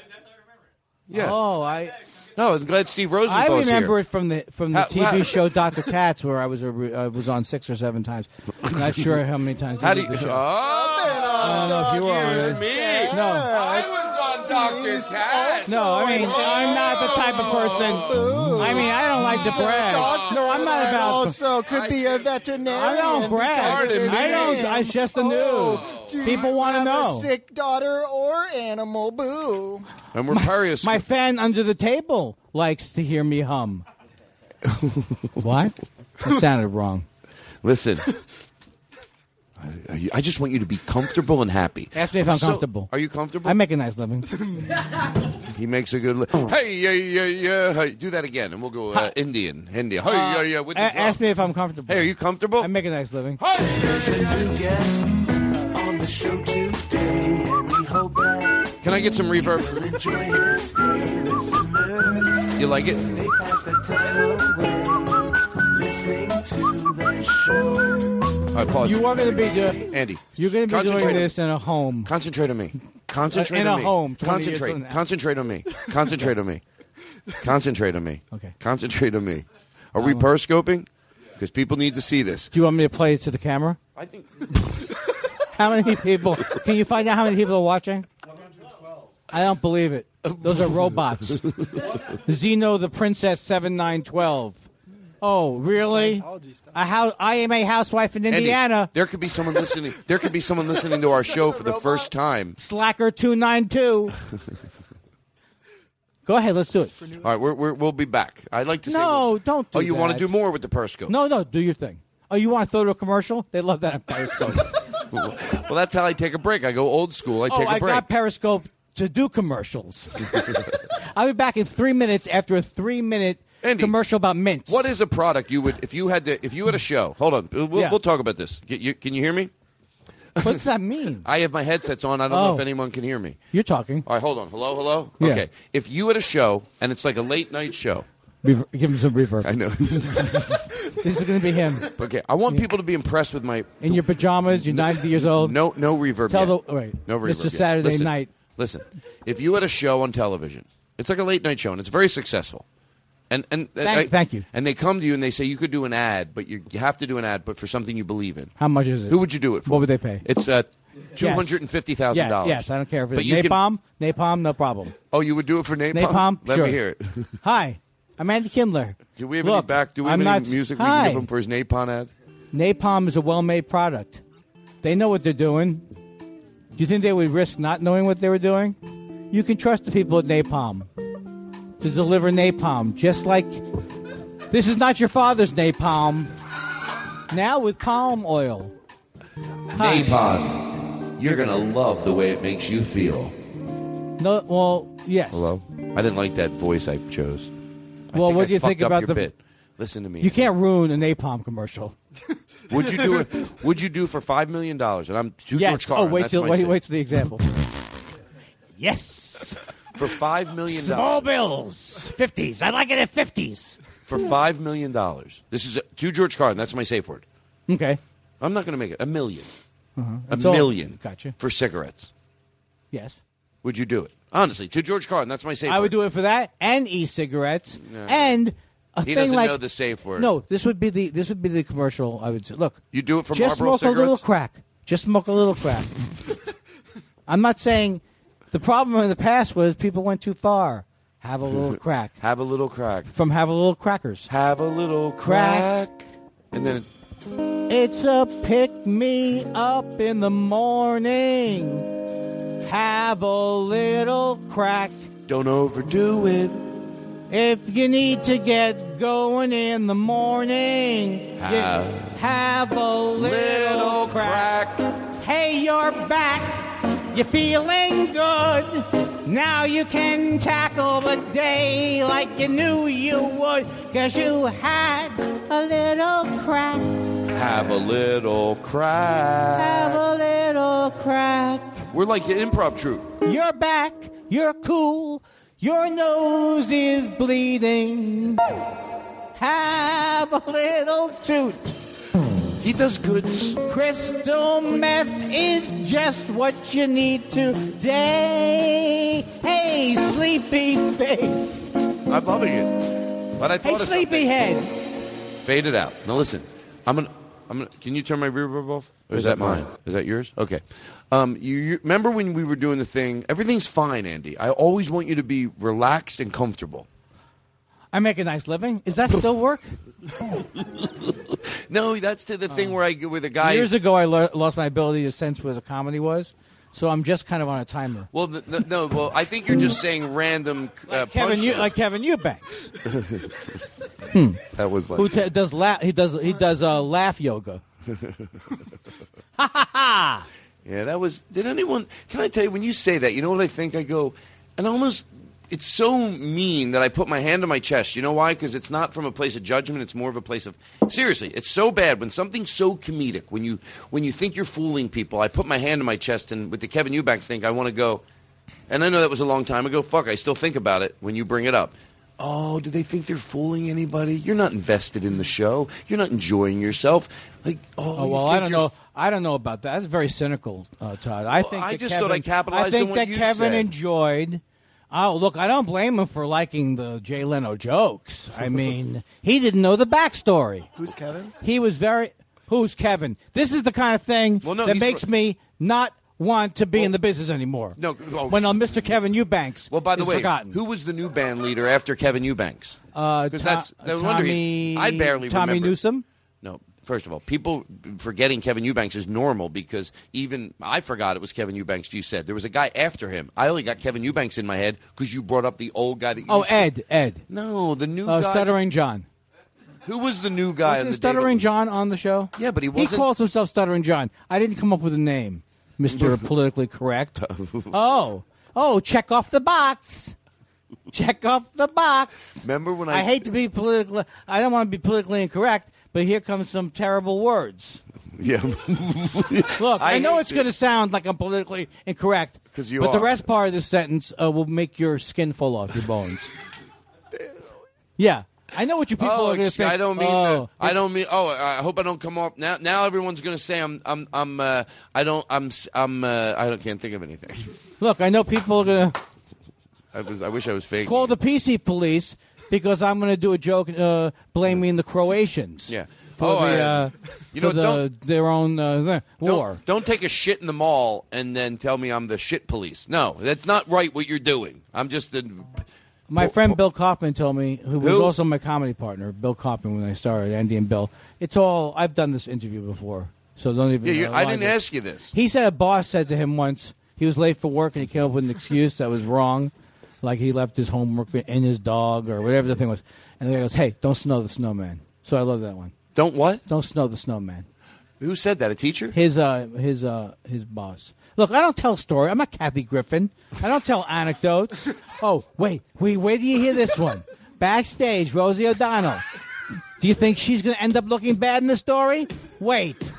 Yeah.
Oh, I.
No, I'm glad Steve
I
Rosenthal's here.
remember it from the from the
How-
TV
how-
show Doctor Katz, where I was a, re- I was on six or seven times. Not sure how many times.
How
I
do
did the
you-
show.
Oh,
I don't know if you were on
Excuse
it.
me.
No,
I was on Doctor Cat.
no. I mean, I'm not the type of person. I mean, I don't like to brag. No, I'm not about.
Also, could be a veterinarian.
I don't brag.
because of his
I
name. Oh,
don't. It's just the news.
Do
People
you
want to
have
know.
A sick daughter or animal? Boo.
And we're pariahs.
My fan under the table likes to hear me hum. what? That sounded wrong.
Listen. I, I just want you to be comfortable and happy.
Ask me if I'm
So-
comfortable.
Are you comfortable?
I make a nice living.
He makes a good. Li- hey, yeah, yeah, yeah. Hey, do that again, and we'll go uh, Indian, Indian. Hey, yeah, yeah. With the
A- Uh, ask
drum.
me if I'm comfortable.
Hey, are you comfortable?
I make a nice living.
There's a new guest on the show today, and we hope that
Can I get some reverb?
you'll enjoy his stay. Listeners,
You like it?
they pass the time away listening to the show.
All right, pause.
You are going to be doing.
Andy.
You're going to be
Concentrate
doing
on-
this in a home.
Concentrate on me. Concentrate
In
on
a
me.
home, 20 years
Concentrate.
from now.
Concentrate on me. Concentrate on me. Concentrate on me.
Okay.
Concentrate on me. Are we periscoping? Because people need to see this.
Do you want me to play it to the camera?
I think
How many people? Can you find out how many people are watching? I don't believe it. Those are robots. Zeno the Princess seven nine twelve. Oh, really? A house, I am a housewife in
Andy,
Indiana.
there could be someone listening. There could be someone listening to our show for the first time.
Slacker two nine two. Go ahead, let's do it.
All right, we're, we're, we'll be back. I'd like to say.
No,
we'll-
don't do
Oh, you want to
that.
do more with the periscope?
No, no, do your thing. Oh, you want to throw to a commercial? They love that on Periscope.
well, that's how I take a break. I go old school. I
oh,
take a
I
break.
got Periscope to do commercials. I'll be back in three minutes after a three minute
Andy.
commercial about mints.
What is a product you would if you had to if you had a show? Hold on, we'll,
Yeah.
we'll talk about this. Can you, can you hear me?
What's that mean?
I have my headsets on. I don't know
Oh.
if anyone can hear me.
You're talking.
All right, hold on. Hello, hello.
Yeah.
Okay, if you had a show and it's like a late night show,
Rever- give him some reverb.
I know.
This is going to be him
okay, I want people to be impressed with my
in your pajamas. You're 90 years old.
no no reverb.
Tell
yet.
the- wait.
no reverb.
It's just
yet.
Saturday
Listen,
night.
Listen, if you had a show on television, it's like a late night show and it's very successful. And and
Thank-
I-
thank you.
And they come to you and they say you could do an ad, but you, you have to do an ad, but for something you believe in.
How much is it?
Who would you do it for?
What would they pay?
It's uh, two
Yes.
hundred and fifty thousand
Yeah,
dollars.
Yes, I don't care if
But
it's
you can-
napalm, napalm, no problem.
oh, you would do it for napalm.
Napalm,
Let
sure.
me hear it.
Hi, I'm Andy Kindler.
Do we have any
Look,
back? Do we
I'm
have any
not-
music we
Hi.
can give him for his napalm ad?
Napalm is a well-made product. They know what they're doing. Do you think they would risk not knowing what they were doing? You can trust the people at Napalm to deliver napalm, just like this is not your father's napalm. Now with palm oil. Hi.
Napalm. You're gonna love the way it makes you feel.
No, well, yes.
Hello. I didn't like that voice I chose. I
Well,
think
what
I
do you think
fucked up
about
your
the-
bit? Listen to me.
You can't ruin a napalm commercial.
Would you do it? Would you do for five million dollars? And I'm to
yes.
George Carlin.
oh, wait
that's
till
my
wait,
sin.
wait till the example. yes.
for five million
Small
dollars.
bills, fifties. I like it at fifties.
for five million dollars. This is a, to George Carlin. That's my safe word.
Okay.
I'm not going to make it a 1000000
Uh-huh.
A
It's all-
million.
Gotcha.
For cigarettes,
Yes.
would you do it? Honestly, to George Carlin. That's my safe.
I
word.
would do it for that and e-cigarettes
No.
and a
He
thing
doesn't
like
know the safe word.
No, this would be the this would be the commercial. I would say, look,
You do it for
just
Marlboro
smoke a little
cigarettes?
crack. Just smoke a little crack. I'm not saying the problem in the past was people went too far. Have a little crack
Have a little crack.
from have a little crackers.
Have a little
crack.
And then
It's a pick me up in the morning. Have a little crack.
Don't overdo it.
If you need to get going in the morning, you
Have-
have a little, crack. Hey, you're back. You're feeling good. Now you can tackle the day like you knew you would, cause you had a little crack.
Have a little crack.
Have a little crack.
We're like the improv troupe.
You're back. You're cool. Your nose is bleeding. Have a little toot.
He does good. s-
Crystal meth is just what you need today. Hey, sleepy face.
I'm loving it. But I
Hey,
thought of
sleepy head.
something. Fade it out. Now listen. I'm gonna. I'm gonna. Can you turn my reverb off? Or is that mine? Is that yours? Okay. Um, you, you remember when we were doing the thing? Everything's fine, Andy. I always want you to be relaxed and comfortable.
I make a nice living. Is that still work?
No, that's to the thing where I where the guy
Oh. Years ago, I lo- lost my ability to sense where the comedy was, so I'm just kind of on a timer.
Well, th- th- no, well, I think you're just saying random. Uh,
Kevin, you,
punchline.
like Kevin Eubanks.
That was
Who t- does laugh? He does. He does uh, laugh yoga. ha ha ha!
yeah, that was. Did anyone? Can I tell you when you say that? You know what I think? I go, and almost. It's so mean that I put my hand on my chest. You know why? Because it's not from a place of judgment. It's more of a place of seriously. It's so bad when something's so comedic. When you when you think you're fooling people, I put my hand on my chest, and with the Kevin Eubanks thing, I want to go. And I know that was a long time ago. Fuck, I still think about it when you bring it up. Oh, do they think they're fooling anybody? You're not invested in the show. You're not enjoying yourself. Like, oh,
Oh
you
well, I
think
don't
you're
know. I don't know about that. That's very cynical, uh, Todd. I think
I
that
just
Kevin,
thought I capitalized
I think
on what
that
you
Kevin
said.
enjoyed. Oh, look, I don't blame him for liking the Jay Leno jokes. I mean, he didn't know the backstory.
Who's Kevin?
He was very. Who's Kevin? This is the kind of thing
no,
that
he's
makes
right.
me not want to be in the business anymore.
No, oh,
when uh, Mr. Kevin Eubanks.
Well, by the
is
way,
forgotten.
who was the new band leader after Kevin Eubanks?
Uh,
Because
To-
that's no wonder he-
Tommy,
I barely
Tommy
remember.
Newsom.
No, first of all, people forgetting Kevin Eubanks is normal because even I forgot it was Kevin Eubanks. You said there was a guy after him. I only got Kevin Eubanks in my head because you brought up the old guy that. You
Oh,
used to-
Ed, Ed.
No, the new
Uh,
guy.
Stuttering John.
Who was the new guy? on
Wasn't
the
Stuttering John on the show?
Yeah, but he
He
wasn't.
calls himself Stuttering John. I didn't come up with a name, Mister Politically Correct. oh, oh, check off the box. Check off the box.
Remember when I?
I hate to be political. I don't want to be politically incorrect, but here comes some terrible words.
Yeah.
Look, I, know
hate
it's going to sound like I'm politically incorrect,
'Cause you
but the
are.
rest part of this sentence uh, will make your skin fall off your bones. yeah, I know what you people
Oh,
are going
ex-
to think.
I don't mean.
oh,
that. I don't mean. Oh, I hope I don't come off now. Now everyone's going to say I'm. I'm. I'm. Uh, I don't. I'm. s- I'm. Uh, I don't, can't think of anything.
Look, I know people are going to
I was. I wish I was fake.
call the PC police because I'm going to do a joke uh, blaming the Croatians.
Yeah.
For
Oh, I-
the, uh,
you
for
know,
the-
don't-
their own uh, th-
Don't-
war.
Don't, take a shit in the mall and then tell me I'm the shit police. No, that's not right. What you're doing. I'm just the.
My friend Bill Kaufman told me, who, was
Who?
also my comedy partner, Bill Kaufman, when I started, Andy and Bill. It's all I've done this interview before, so don't even.
Yeah, you,
uh,
I
lie
didn't
to-
ask you this.
He said a boss said to him once he was late for work and he came up with an excuse that was wrong, like he left his homework and his dog or whatever the thing was. And the guy goes, "Hey, don't snow the snowman." So I love that one.
Don't what?
Don't snow the snowman.
Who said that? A teacher?
His uh, his uh, his boss. Look, I don't tell story. I'm not Kathy Griffin. I don't tell anecdotes. Oh, wait, wait, where do you hear this one? Backstage, Rosie O'Donnell. Do you think she's going to end up looking bad in the story? Wait,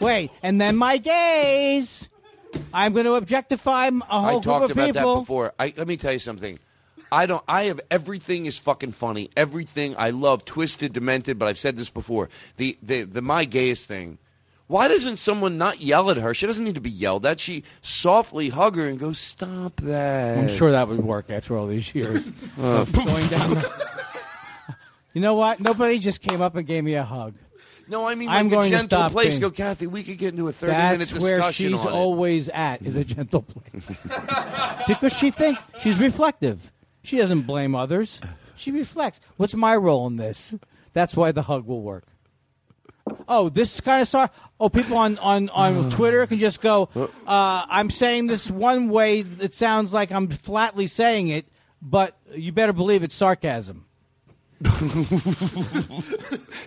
wait, and then my gays. I'm going to objectify a whole
I
group
talked
of
about
people.
that before. I, let me tell you something. I don't. I have everything is fucking funny. Everything I love, twisted, demented. But I've said this before. The the the my gayest thing. Why doesn't someone not yell at her? She doesn't need to be yelled at. She softly hug her and go, "Stop that."
I'm sure that would work after all these years.
Uh,
Going down. the- you know what? Nobody just came up and gave me a hug.
No, I mean, like
I'm
a
going to
gentle
stop
place.
being-
Go, Kathy. We could get into a thirty-minute
That's
discussion
where she's
on it.
always at is a gentle place because she thinks she's reflective. She doesn't blame others. She reflects. What's my role in this? That's why the hug will work. Oh, this kind of sorry. Oh, people on on on Twitter can just go. Uh, I'm saying this one way. It sounds like I'm flatly saying it, but you better believe it's sarcasm.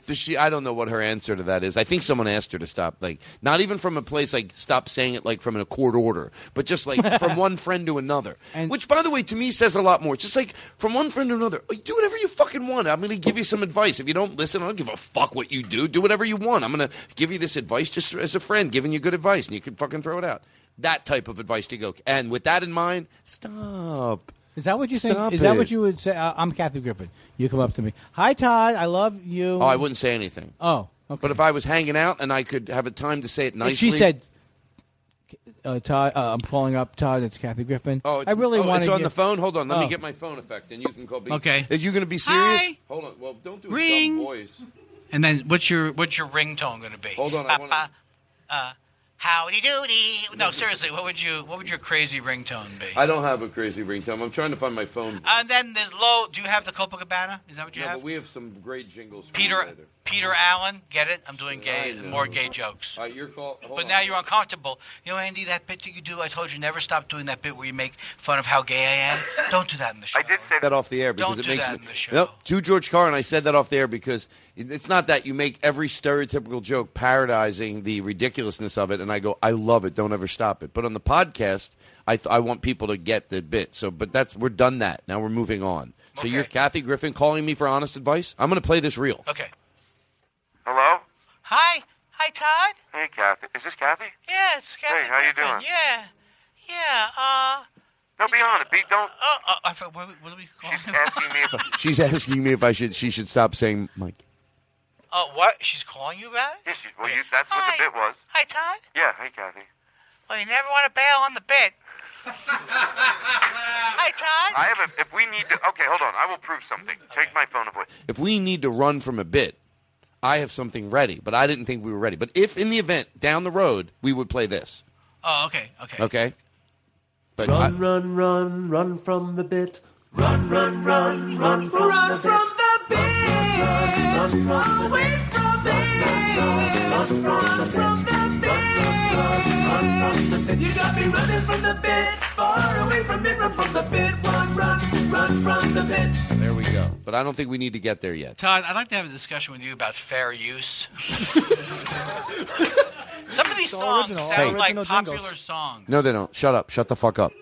Does she? I don't know what her answer to that is. I think someone asked her to stop, like, not even from a place like stop saying it, like from a court order, but just like from one friend to another. Which, by the way, to me says a lot more. Just like from one friend to another, like, do whatever you fucking want. I'm going to give you some advice. If you don't listen, I don't give a fuck what you do. Do whatever you want. I'm going to give you this advice just as a friend, giving you good advice, and you can fucking throw it out. That type of advice to go. And with that in mind, stop.
Is that what you think?
Stop
Is that
it.
what you would say? Uh, I'm Kathy Griffin. You come up to me. Hi, Todd. I love you.
Oh, I wouldn't say anything.
Oh, okay.
But if I was hanging out and I could have a time to say it
If
nicely,
She said, uh, "Todd, uh, I'm calling up Todd. It's Kathy Griffin.
Oh, it's,
I really
oh,
want
it's
to
on
get-
the phone. Hold on, let me
Oh.
get my phone effect, and you can call. B.
Okay.
Are you going to be serious?
Hi.
Hold on. Well, don't do
Ring.
a dumb voice.
And then what's your what's your ringtone going to be?
Hold on, I want to.
Uh, howdy doody. No, seriously, what would you what would your crazy ringtone be?
I don't have a crazy ringtone. I'm trying to find my phone.
And then there's low. Do you have the Copacabana? Is that what you
No,
have?
but we have some great jingles. For
Peter
you later.
Peter Allen. Get it? I'm doing
I
gay
know.
more gay jokes.
All right, your call. Hold
But
on.
now you're uncomfortable. You know, Andy, that bit that you do, I told you never stop doing that bit where you make fun of how gay I am. Don't do that in the show. I did
say that off the air because
Don't
it
do
makes
that
me
in the show.
No, to George Carlin. I said that off the air because it- it's not that you make every stereotypical joke parodizing the ridiculousness of it, and I go, I love it. Don't ever stop it. But on the podcast, I th- I want people to get the bit. So, but that's we're done that. Now we're moving on. So you're Kathy Griffin calling me for honest advice. I'm going to play this real.
Okay.
Hello?
Hi. Hi, Todd.
Hey, Kathy. Is this Kathy?
Yeah, it's Kathy
Hey, how you
Griffin.
doing?
Yeah. Yeah. Uh.
No, be on it. Be don't.
Oh, oh I forgot. What, what are we calling him?
asking me if.
She's asking me if I should she should stop saying Mike.
Oh, what? She's calling you about it?
Yes, you, well, you, that's what the bit was.
Hi, Todd.
Yeah, hey, Kathy.
Well, you never want to bail on the bit. Hi, Todd.
I have a. If we need to. Okay, hold on. I will prove something. Take my phone away.
If we need to run from a bit, I have something ready. But I didn't think we were ready. But if in the event down the road we would play this.
Oh, okay. Okay.
Okay. But I-
Run, run, run, run from the bit. Run, run, run, run from the bit. Run from the bit. Away from it. Run from the bit. Run from the bit. You got me running from the bit. Far away from it. Run from the bit. Run, run, run from the bit.
There we go. But I don't think we need to get there yet.
Todd, I'd like to have a discussion with you about fair use. Some of these
It's all
songs
original, all
sound like
original
popular
jingles.
songs.
No, they don't. Shut up. Shut the fuck up.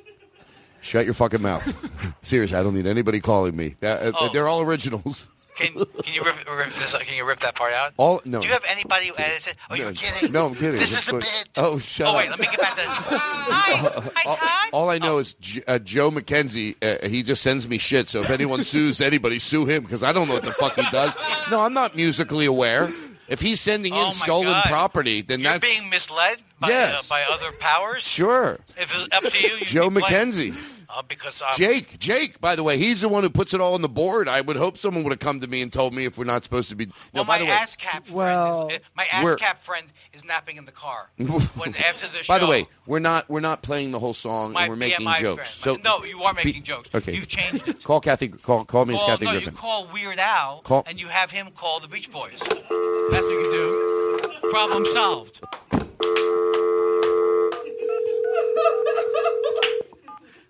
Shut your fucking mouth. Seriously, I don't need anybody calling me. That- uh,
Oh.
They're all originals.
Can, can you rip, rip this? Can you rip that part out?
All no.
Do you have anybody who edits it? Oh, you're
No.
kidding.
No, I'm kidding.
This
Just
is the
put-
bit.
Oh, shut
Oh
up.
wait, let me get back to. Hi, hi, Todd.
All I
Oh.
know is J- uh, Joe McKenzie. Uh, he just sends me shit. So if anyone sues anybody, sue him because I don't know what the fuck he does. No, I'm not musically aware. If he's sending in
Oh, my
stolen
God.
property, then
You're
that's
being misled by
Yes.
uh, by other powers.
sure.
If it's up to you, you
Joe
can play-
McKenzie.
Uh, because um,
Jake, Jake, by the way, he's the one who puts it all on the board. I would hope someone would have come to me and told me if we're not supposed to be. No,
Well,
by
my
the way.
ASCAP
Well,
friend is, uh, my
we're-
ASCAP friend is napping in the car when after the show.
By the way, we're not we're not playing the whole song
my
and we're making
BMI
jokes.
friend.
So
no, you are
be-
making jokes.
Okay,
you've changed it.
Call Kathy. Call call me as
Call-
Kathy
no,
Griffin.
you call Weird Al
Call-
and you have him call the Beach Boys. That's what you do. Problem solved.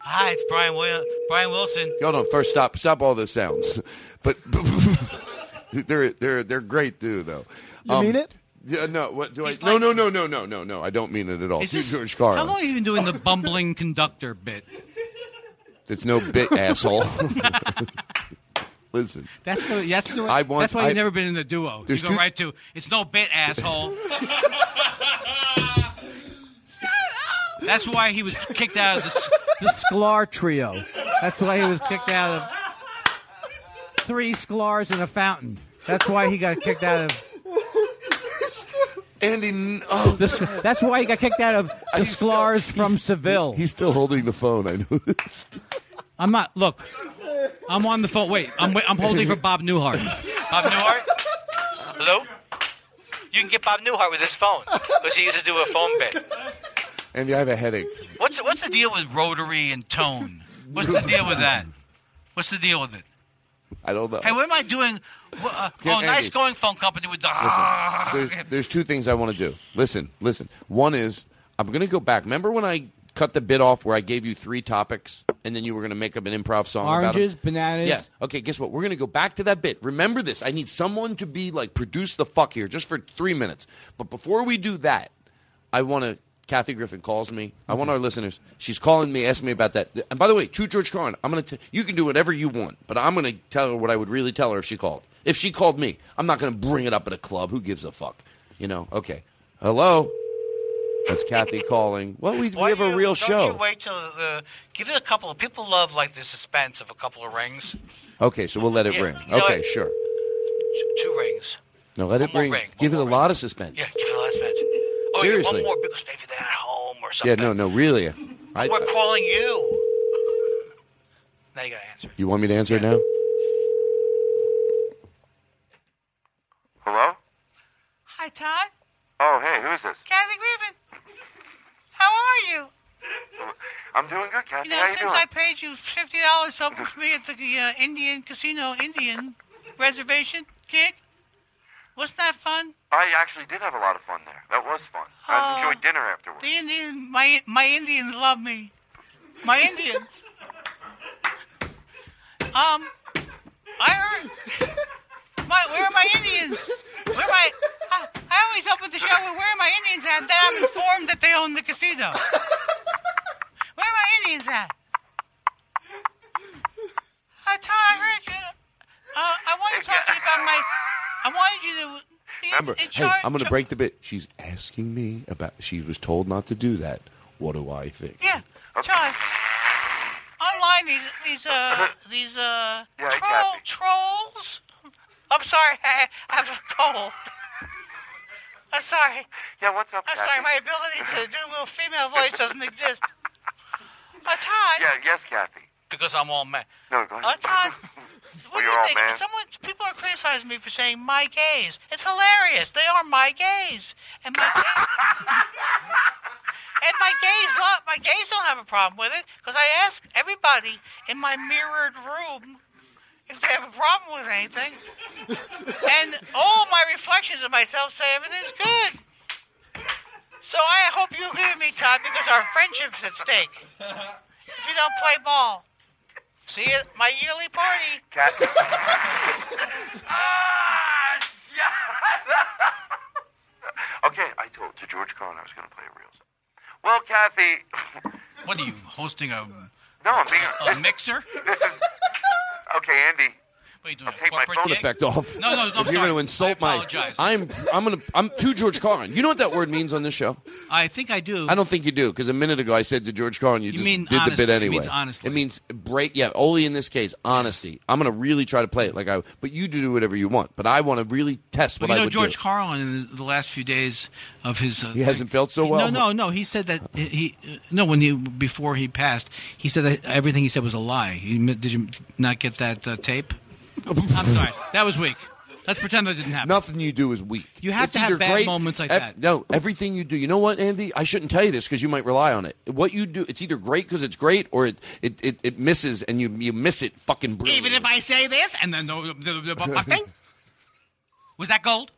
Hi, it's Brian Wil- Brian Wilson.
Hold on. First, stop stop all the sounds. But they're they're they're great too, though. Um,
You mean it?
Yeah, no. What do I? No, no, no, no, no, no, no. I don't mean it at all.
Is
To
this-
George
How long
Carlin.
have you been doing the bumbling conductor bit?
It's no bit asshole. Listen.
That's the, that's the
I want-
that's why you've
I-
never been in a duo. You
There's
go
two-
right to it's no bit asshole. that's why he was kicked out of the s-
the Sklar Trio. That's why he was kicked out of three Sklars and a fountain. That's why he got kicked out of.
Andy, oh,
that's why he got kicked out of the Sklars from Seville.
He's still holding the phone. I noticed.
I'm not. Look, I'm on the phone. Wait, I'm wait, I'm holding for Bob Newhart. Bob Newhart. Hello. You can get Bob Newhart with his phone because he used to do a phone bit.
Andy, I have a headache.
What's what's the deal with rotary and tone? What's the deal with that? What's the deal with it?
I don't know.
Hey, what am I doing? Wha- Uh, oh,
Get Andy.
nice going phone company with the.
Listen, there's, there's two things I want to do. Listen, listen. One is I'm going to go back. Remember when I cut the bit off where I gave you three topics and then you were going to make up an improv song about 'em?
Oranges, bananas.
Yeah. Okay, guess what? We're going to go back to that bit. Remember this. I need someone to be like, produce the fuck here just for three minutes. But before we do that, I want to. Kathy Griffin calls me. I want our listeners. She's calling me, asking me about that. And by the way, to George Carlin, I'm going to. You can do whatever you want, but I'm going to tell her what I would really tell her if she called. If she called me, I'm not going to bring it up at a club. Who gives a fuck? You know. Okay. Hello. That's Kathy calling. Well, we, we
Why
have a
you-
real
don't
show.
you wait till the give it a couple of people love like the suspense of a couple of rings,
Okay, so we'll let it
Yeah,
ring.
you know
Okay,
what?
sure.
T- two rings.
No, let it
more
ring.
ring, one
Give it a lot of suspense.
Yeah, give it a last minute. Oh, yeah,
Seriously.
one more because maybe they're at home or
Yeah,
something.
no, no, really. I,
We're calling you. Now you gotta answer.
you want me to answer it now?
Hello?
Hi, Todd.
Oh, hey, who's this?
Kathy Griffin. How are you?
I'm doing good, Kathy.
You know,
How you
since
doing?
I paid you fifty dollars something for me at the uh, Indian Casino Indian reservation gig, wasn't that fun?
I actually did have a lot of fun there. That was fun.
Oh.
I enjoyed dinner afterwards.
The Indian, my my Indians love me. My Indians. Um, I heard. My, where are my Indians? Where are my? I, I always open the show with where are my Indians at? Then I'm informed that they own the casino. Where are my Indians at? Uh, Tom, I heard you. Uh, I want to talk to you about my. I wanted you to. be
Remember,
in
hey,
charge
I'm going
of-
to break the bit. She's asking me about. She was told not to do that. What do I think?
Yeah, John. Online, these these uh these uh
Yeah, I
troll, trolls. I'm sorry, I, I have a cold. I'm sorry.
Yeah, what's up,
I'm
Kathy?
sorry, my ability to do a little female voice doesn't exist. Uh, Todd.
Yeah, yes, Kathy.
Because I'm all man.
No, go
Uh,
ahead.
Todd. What
Well, you're
do you
all
think?
man.
Someone, people are criticizing me for saying my gays. It's hilarious. They are my gays, and my gays, and my gays love my gays don't have a problem with it because I ask everybody in my mirrored room if they have a problem with anything, and all my reflections of myself say everything's good. So I hope you agree with me, Todd, because our friendship's at stake. If you don't play ball, see you at my yearly party.
Kathy. okay, I told to George Carlin I was going to play reels. Well, Kathy.
What are you hosting a
No, I'm being.
a mixer?
Okay, Andy.
What are you doing?
Take my phone
Sound effect off.
No, no, no,
If
I'm
you're
sorry.
going to
I
insult my,
apologize.
I'm, I'm going to, I'm to George Carlin. You know what that word means on this show?
I think I do.
I don't think you do because a minute ago I said to George Carlin, you, just
mean
did the
honestly.
bit
It
anyway.
means honestly.
It means break. Yeah, only in this case, honesty. I'm going to really try to play it like I. But you do whatever you want. But I want to really test
But
what
you
I
know,
would
George
do.
Carlin in the last few days of his. Uh,
He hasn't felt so well.
No, no, no. He said that he uh, no when he before he passed, he said that everything he said was a lie. He, did you not get that uh, tape? I'm sorry, that was weak. Let's pretend that didn't happen.
Nothing you do is weak.
You have
It's
to have
either
bad
great-
moments like
ev-
that.
No, everything you do. You know what, Andy? I shouldn't tell you this because you might rely on it. What you do, it's either great because it's great, or it, it, it, it misses and you you miss it fucking brilliantly.
Even if I say this and then the, the, the, the thing was that gold.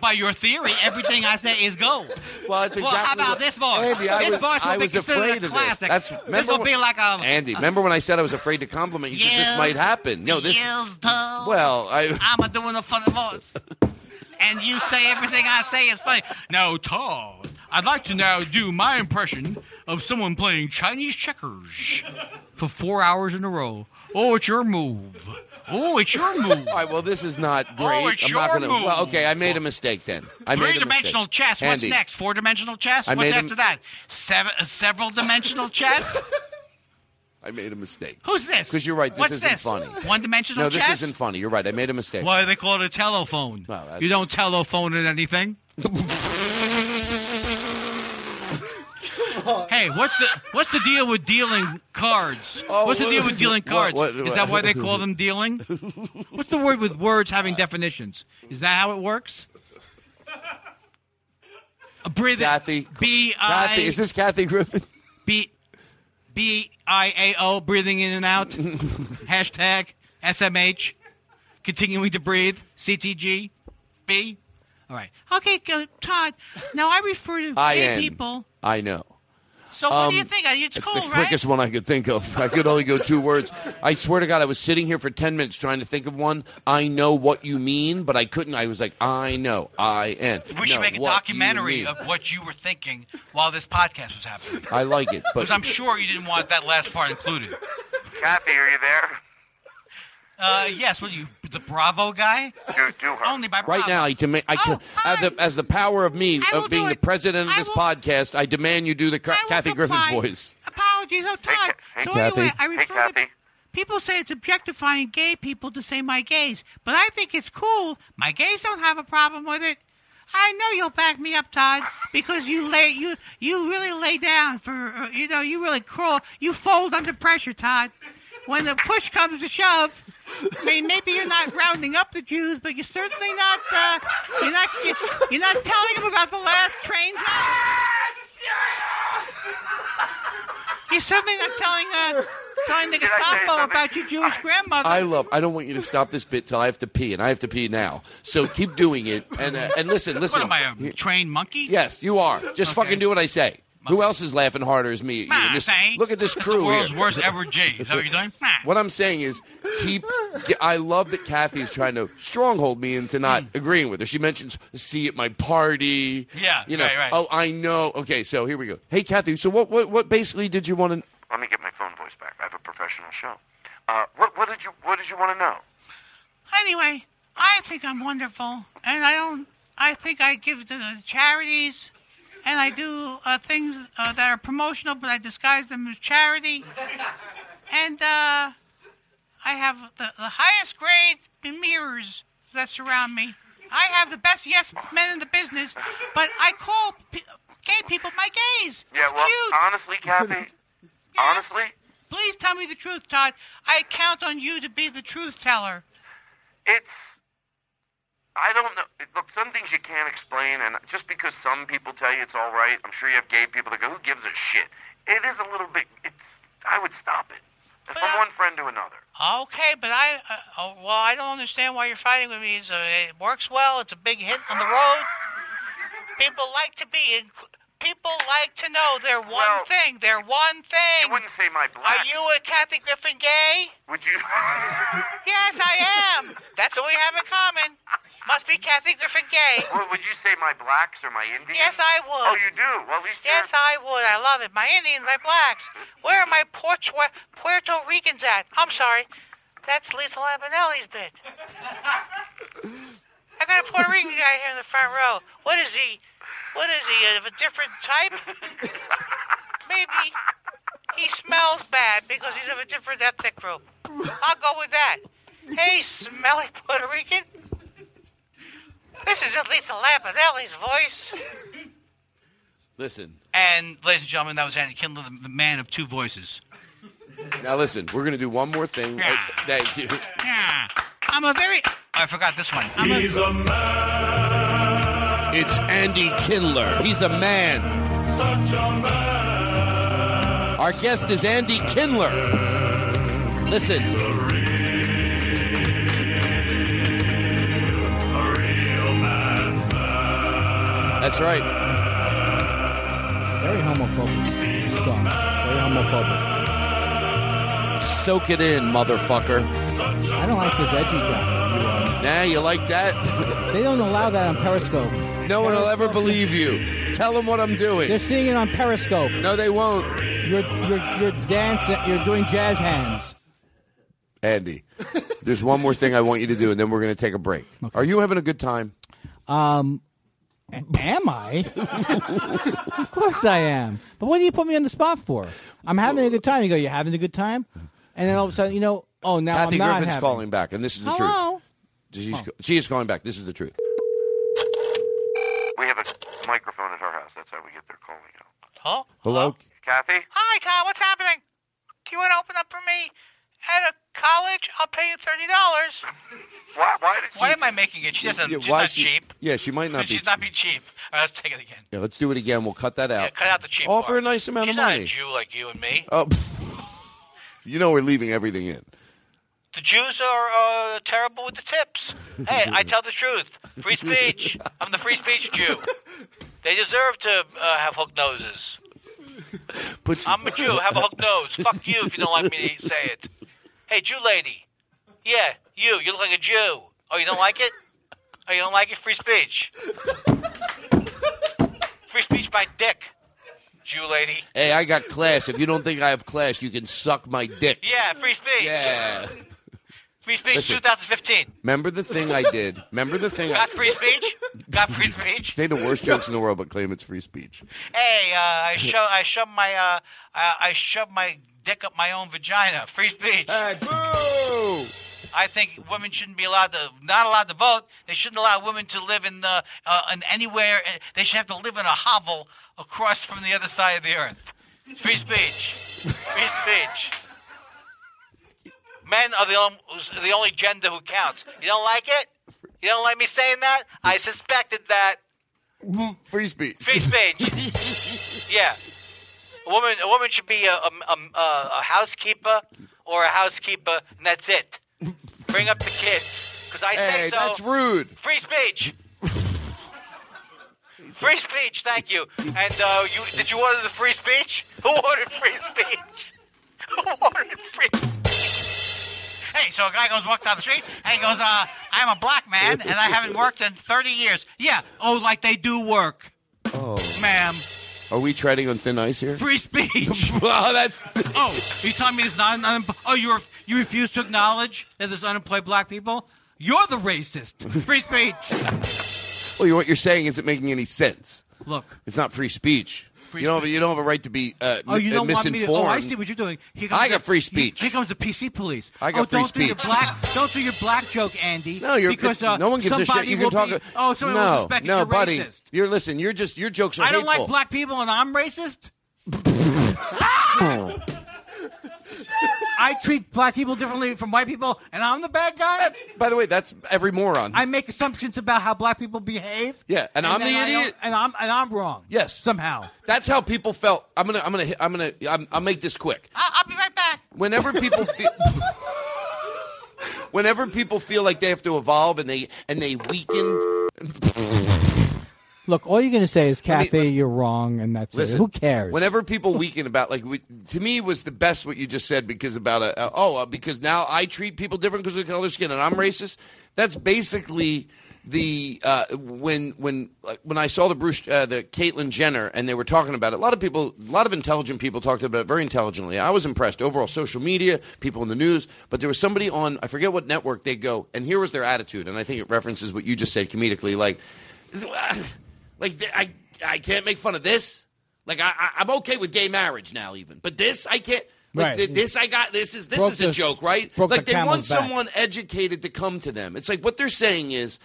By your theory, everything I say is gold.
Well, it's
how
exactly
about
what-
this voice?
Andy, I
this
was,
voice will
I
be
was
considered
afraid
a
of this.
classic.
That's remember
will
when-
be like a
Andy. Remember when I said I was afraid to compliment you? 'cause this
Yes,
might happen. No, this.
Yes, Tom.
Well, I-
I'm a doing a funny voice, and you say everything I say is funny. Now, Todd, I'd like to now do my impression of someone playing Chinese checkers for four hours in a row. Oh, it's your move. Oh, it's your move.
All right, well, this is not great.
Oh, it's
I'm not
your
gonna,
move.
Well, okay, I made a mistake then. I made a
Three-dimensional
mistake.
chess. What's
Andy,
next? Four-dimensional chess.
I
What's
made a-
after that? Seven, several-dimensional chess.
I made a mistake.
Who's this?
Because you're right. This
What's
isn't
this?
funny.
One-dimensional
No, this
chess?
isn't funny. You're right. I made a mistake.
Why do they call it a telephone? you don't telephone it anything. hey, what's the what's the deal with dealing cards? what's the
Oh, what-
deal with dealing
what-
cards?
what-
Is that why they call them dealing? what's the word with words having definitions? Is that how it works? Uh, Breathe Kathy, B I.
Kathy, is this Kathy Griffin?
B B I A O, breathing in and out. Hashtag SMH, continuing to breathe. CTG, B. All right.
Okay, good. Todd. Now I refer to
I
gay
am.
people.
I know.
So what do
Um,
you think? It's
That's
cool,
the
right?
quickest one I could think of. I could only go two words. I swear to God, I was sitting here for ten minutes trying to think of one. I know what you mean, but I couldn't. I was like, I know, I am.
We should
No,
make a
what you
documentary
mean.
of what you were thinking while this podcast was happening.
I like it, but
Because I'm sure you didn't want that last part included.
Kathy, are you there?
Uh, yes, well, you, the Bravo guy?
Do, do her.
Only by Bravo.
Right now, I demand.
Oh,
I can, as, the, as the power of me of being the president of this podcast, I demand you do the Ca- Kathy Griffin
comply.
voice.
Apologies, oh Todd. so
Kathy.
anyway, I
Hey,
refer to people say it's objectifying gay people to say my gays, but I think it's cool. My gays don't have a problem with it. I know you'll back me up, Todd, because you lay you you really lay down for uh, you know you really crawl you fold under pressure, Todd. When the push comes to shove, I mean maybe you're not rounding up the Jews, but you're certainly not uh, you're not you're not telling them about the last trains. You're certainly not telling uh, telling the
Can I say
Gestapo
something?
about your Jewish grandmother.
I love. I don't want you to stop this bit till I have to pee, and I have to pee now. So keep doing it, and uh, and listen, listen.
What am I, a trained monkey?
Yes, you are. Just fucking do what I say. Who else is laughing harder is me? at you?
Nah,
This-
I ain't.
look at this
That's
crew
the world's
here.
worst ever G. Is that what you're doing?
What I'm saying is, keep. ge- I love that Kathy's trying to stronghold me into not agreeing with her. She mentions see at my party.
Yeah,
you know.
right, right.
Oh, I know. Okay, so here we go. Hey, Kathy. So what? What? What? Basically, did you want to?
Let me get my phone voice back. I have a professional show. Uh, what, what did you What did you want to know?
Anyway, I think I'm wonderful, and I don't. I think I give to the charities, and I do uh, things uh, that are promotional, but I disguise them as charity. And uh, I have the, the highest grade in mirrors that surround me. I have the best yes men in the business, but I call p- gay people my gays.
Yeah,
it's
well,
cute.
honestly, Kathy, honestly,
Please tell me the truth, Todd. I count on you to be the truth teller.
It's. I don't know. it- Look, some things you can't explain, and just because some people tell you it's all right, I'm sure you have gay people that go, "Who gives a shit?" It is a little bit. It's. I would stop it. From one friend to another.
Okay, but I, uh, oh, well, I don't understand why you're fighting with me. It's, uh, it works well. It's a big hit on the road. People like to be, in, people like to know they're one thing. They're one thing. You wouldn't
say my
black. Are you a Kathy Griffin gay?
Would you?
yes, I am. That's what we have in common. Must be Kathy Griffin gay.
Well, would you say my blacks or my Indians?
Yes, I would.
Oh, you do. Well, at least
Yes, I would. I love it. My Indians, my blacks. Where are my Puerto, Puerto Ricans at? I'm sorry. That's Lisa Lampanelli's bit. I got a Puerto Rican guy here in the front row. What is he? What is he? Of a different type? Maybe he smells bad because he's of a different ethnic group. I'll go with that. Hey, smelly Puerto Rican. This is at least Lampanelli's voice.
Listen.
And, ladies and gentlemen, that was Andy Kindler, the- the man of two voices.
Now listen. We're gonna do one more thing.
Yeah.
Uh, thank you.
Yeah. I'm a very. oh, I forgot this one. I'm
He's a man. It's Andy Kindler. He's a man.
Such a
Our guest is Andy Kindler. Listen. That's right.
Very homophobic. This song. Very homophobic.
Soak it in, motherfucker.
I don't like this edgy guy. You are.
Nah, you like that?
They don't allow that on Periscope.
No one will ever believe you. Tell them what I'm doing.
They're seeing it on Periscope.
No, they won't.
You're you're you're dancing. You're doing jazz hands.
Andy, there's one more thing I want you to do, and then we're going to take a break. Are you having a good time?
Um,
Am I? of course I am. But what do you put me on the spot for? I'm having a good time. You go, you're having a good time, and then all of a sudden, you know, oh, now
Kathy
I'm not
Griffin's
having.
calling back, and this is the
Hello?
truth. She's, she is calling back. This is the truth.
We have a microphone at our house. That's how we get their calling out.
Huh?
Hello.
Kathy?
Hi, Tom. What's happening? Do you want to open up for me at a college? I'll pay you thirty dollars.
Why? Why did
Why am I making it? She doesn't.
Yeah,
Um, she's
why
not
she-
cheap.
Yeah, she might not be.
she's not be cheap. All right, let's take it again.
Yeah, let's do it again. We'll cut that out.
Yeah, cut out the cheap.
Offer
part.
a nice amount
she's
of money.
Not a Jew like you and me.
Oh, you know we're leaving everything in.
The Jews are uh, terrible with the tips. Hey, I tell the truth. Free speech. I'm the free speech Jew. They deserve to uh, have hook noses. I'm a Jew. Have a hook nose. Fuck you if you don't like me to say it. Hey, Jew lady. Yeah, you. You look like a Jew. Oh, you don't like it? Oh, you don't like it? Free speech. Free speech by dick. Jew lady.
Hey, I got class. If you don't think I have class, you can suck my dick.
Yeah, free speech.
Yeah.
Free speech
Listen.
2015.
Remember the thing I did. Remember the thing. I
Got free speech? Got free speech?
say the worst jokes in the world, but claim it's free speech.
Hey, uh, I shove, I shove my, uh, I, I shove my dick up my own vagina. Free speech. Hey, boo! I think women shouldn't be allowed to, not allowed to vote. They shouldn't allow women to live in the, uh, in anywhere. uh, They should have to live in a hovel across from the other side of the earth. Free speech. Free speech. Men are the only, the only gender who counts. You don't like it? You don't like me saying that? I suspected that.
Free speech.
Free speech. yeah. A woman, a woman should be a, a, a, a housekeeper or a housekeeper, and that's it. Bring up the kids, because I say
Hey,
so.
that's rude.
Free speech. free speech. Thank you. And uh, you did you order the free speech? Who ordered free speech? Who ordered free Hey, so a guy goes walk down the street and he goes, uh, I'm a black man and I haven't worked in 30 years. Yeah, oh, like they do work,
Oh,
ma'am.
are we treading on thin ice here?
Free speech.
well, that's.
Oh, you telling me there's not an unem- Oh, you ref- you refuse to acknowledge that there's unemployed black people? You're the racist. Free speech.
Well, you- what you're saying isn't making any sense.
Look.
it's not free speech.
Free
you don't. Have, you don't have a right to be. Uh,
Oh, you
mi-
don't want me to.
misinformed.
Oh, I see what you're doing. Here comes
I got
the-
free speech.
Here comes the PC police.
I got
oh,
free
don't do your
speech.
black. Don't do your black joke, Andy.
No, you're
because
it's-
uh,
no one gives a shit.
somebody
You can
will
talk.
Be, oh, somebody will
no,
suspect that
no,
you're
buddy.
racist.
You're listen. Your just your jokes are
I don't like
hateful.
black people, and I'm racist. I treat black people differently from white people, and I'm the bad guy.
By the way, that's every moron.
I make assumptions about how black people behave.
yeah, and, I'm the
then I don't-
idiot.
and I'm and I'm wrong.
Yes, somehow. That's how people felt. I'm gonna. I'm gonna. hit- I'm gonna. I'm, I'll make this quick.
I'll, I'll be right back.
Whenever people feel. Whenever people feel like they have to evolve and they and they weaken,
Look, all you're going to say is,
me-
Kathy, you're wrong, and that's
listen.
it. Who cares?
Whenever people weaken about like we, to me was the best what you just said because about a, a oh uh, because now I treat people different because of the color of their skin and I'm racist. That's basically the uh, when when like, when I saw the Bruce uh, the Caitlyn Jenner and they were talking about it. A lot of people, a lot of intelligent people talked about it very intelligently. I was impressed overall. Social media, people in the news, but there was somebody on I forget what network they go and here was their attitude and I think it references what you just said comedically like. Like th- I, I can't make fun of this. Like I, I, I'm okay with gay marriage now, even. But this, I can't. Like
Right.
th- this, I got. This is this
Broke
is a
the-
joke, right?
broke
Like
the
they want
camel's back.
someone educated to come to them. It's like what they're saying is,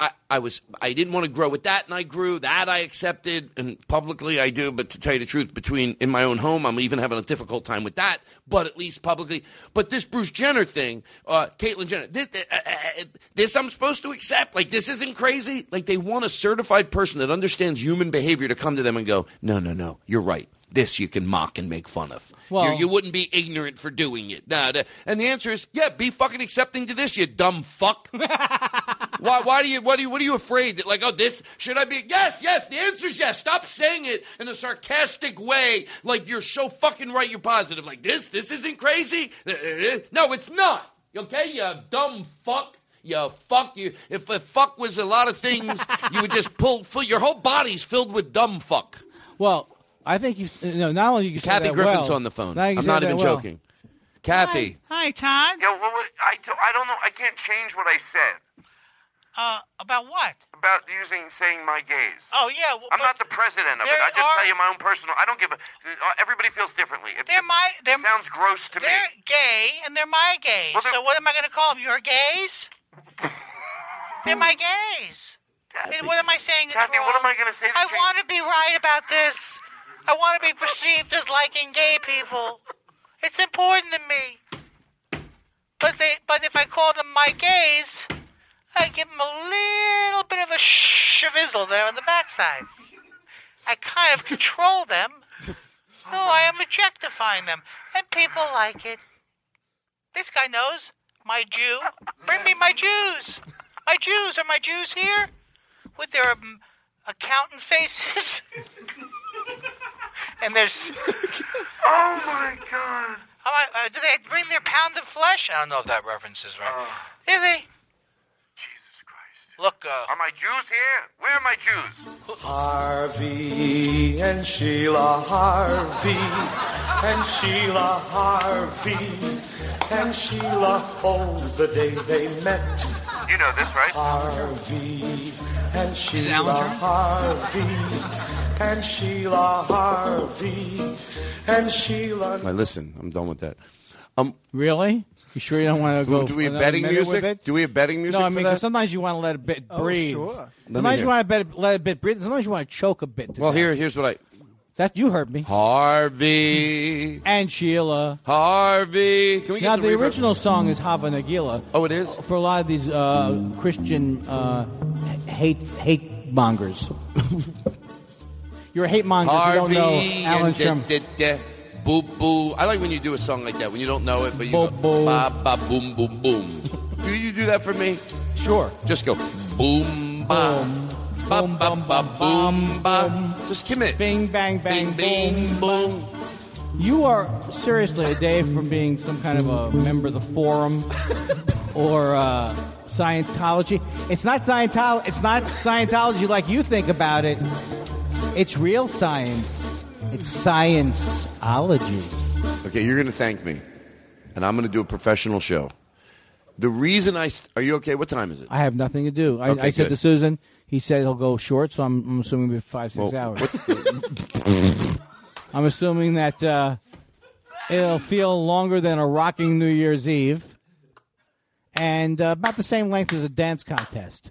I, I was, I didn't want to grow with that, and I grew. That I accepted, and publicly I do. But to tell you the truth, between in my own home, I'm even having a difficult time with that. But at least publicly. But this Bruce Jenner thing, uh, Caitlyn Jenner, this, uh, uh, uh, this I'm supposed to accept. Like this isn't crazy. Like they want a certified person that understands human behavior to come to them and go, no, no, no, you're right. This you can mock and make fun of.
Well-
you you wouldn't be ignorant for doing it. Nah, nah. And the answer is, yeah, be fucking accepting to this, you dumb fuck. why? Why do you? What do you? What are you afraid that? Like, oh, this should I be? Yes, yes. The answer is yes. Stop saying it in a sarcastic way, like you're so fucking right. You're positive. Like this. This isn't crazy. Uh, uh, uh. No, it's not. Okay, you dumb fuck. You fuck you. If a fuck was a lot of things, you would just pull. Full, your whole body's filled with dumb fuck.
well, I think you. No, not only you. said
Kathy
that
Griffin's
well,
on the phone.
now you
I'm
said
not
that
even
well.
joking. Kathy.
Hi, Todd.
Yo, what, what, I, do- I don't know. I can't change what I said. Uh, about what?
About using saying my gays.
Oh yeah, well,
I'm not the president of it.
There
I just
are-
tell you my own personal. I don't give a. uh, Everybody feels differently. It
They're my. They're,
sounds gross to me.
they're gay and they're my gays.
Well, they're-
so what am I going to call them? Your gays? they're my gays. And what am I saying? Kathy, what am I
going to say?
I want to be right about this. I want to be perceived as liking gay people. It's important to me. But they, but if I call them my gays, I give them a little bit of a shivizzle there on the backside. I kind of control them. No, I am objectifying them, and people like it. This guy knows my Jew. Bring me my Jews. My Jews are my Jews here with their um, accountant faces and there's.
oh my god!
Oh, I- uh, do they bring their pound of flesh? I don't know if that reference is right.
Oh.
Do they? Look, uh,
are my Jews here? Where are my Jews?
Harvey and Sheila Harvey and Sheila Harvey and Sheila oh the day they met
You know this, right?
Harvey and Sheila Harvey and Sheila Harvey and Sheila
I listen. I'm done with that. Um,
really? You sure you don't want to go?
Do we have
another
betting
minute with
music?
it?
Do we have betting music?
No, I
for
mean
that?
'cause sometimes you want to let a bit
Oh,
breathe.
sure. Let me
Sometimes
hear.
you want to bit, let a bit breathe. Sometimes you want to choke a bit. To
Well,
death.
here, here's what I.
that you heard me.
Harvey
and Sheila.
Harvey. Can we get
now
some
the
reverb?
original song is Hava Nagila.
Oh, it is
for a lot of these uh, Christian uh, hate hate mongers. You're a hate monger if
Harvey
you don't know Alan
and da-
Sherman.
da- da- Boo boo. I like when you do a song like that when you don't know it, but you
Boo,
go
boo.
ba ba boom boom boom. do you do that for me?
Sure.
Just go boom ba ba ba ba boom ba. Just commit.
Bing bang bang
bing boom.
You are seriously a day from being some kind of a member of the forum or uh, Scientology. It's not Scientology. It's not Scientology like you think about it. It's real science. It's scienceology.
Okay, you're going to thank me, and I'm going to do a professional show. The reason I st- are you okay? What time is it?
I have nothing to do. I,
Okay,
I said
good.
to Susan, he said he'll go short, so I'm, I'm assuming it'll be five six
Well,
hours.
what-
I'm assuming that uh, it'll feel longer than a rocking New Year's Eve, and uh, about the same length as a dance contest.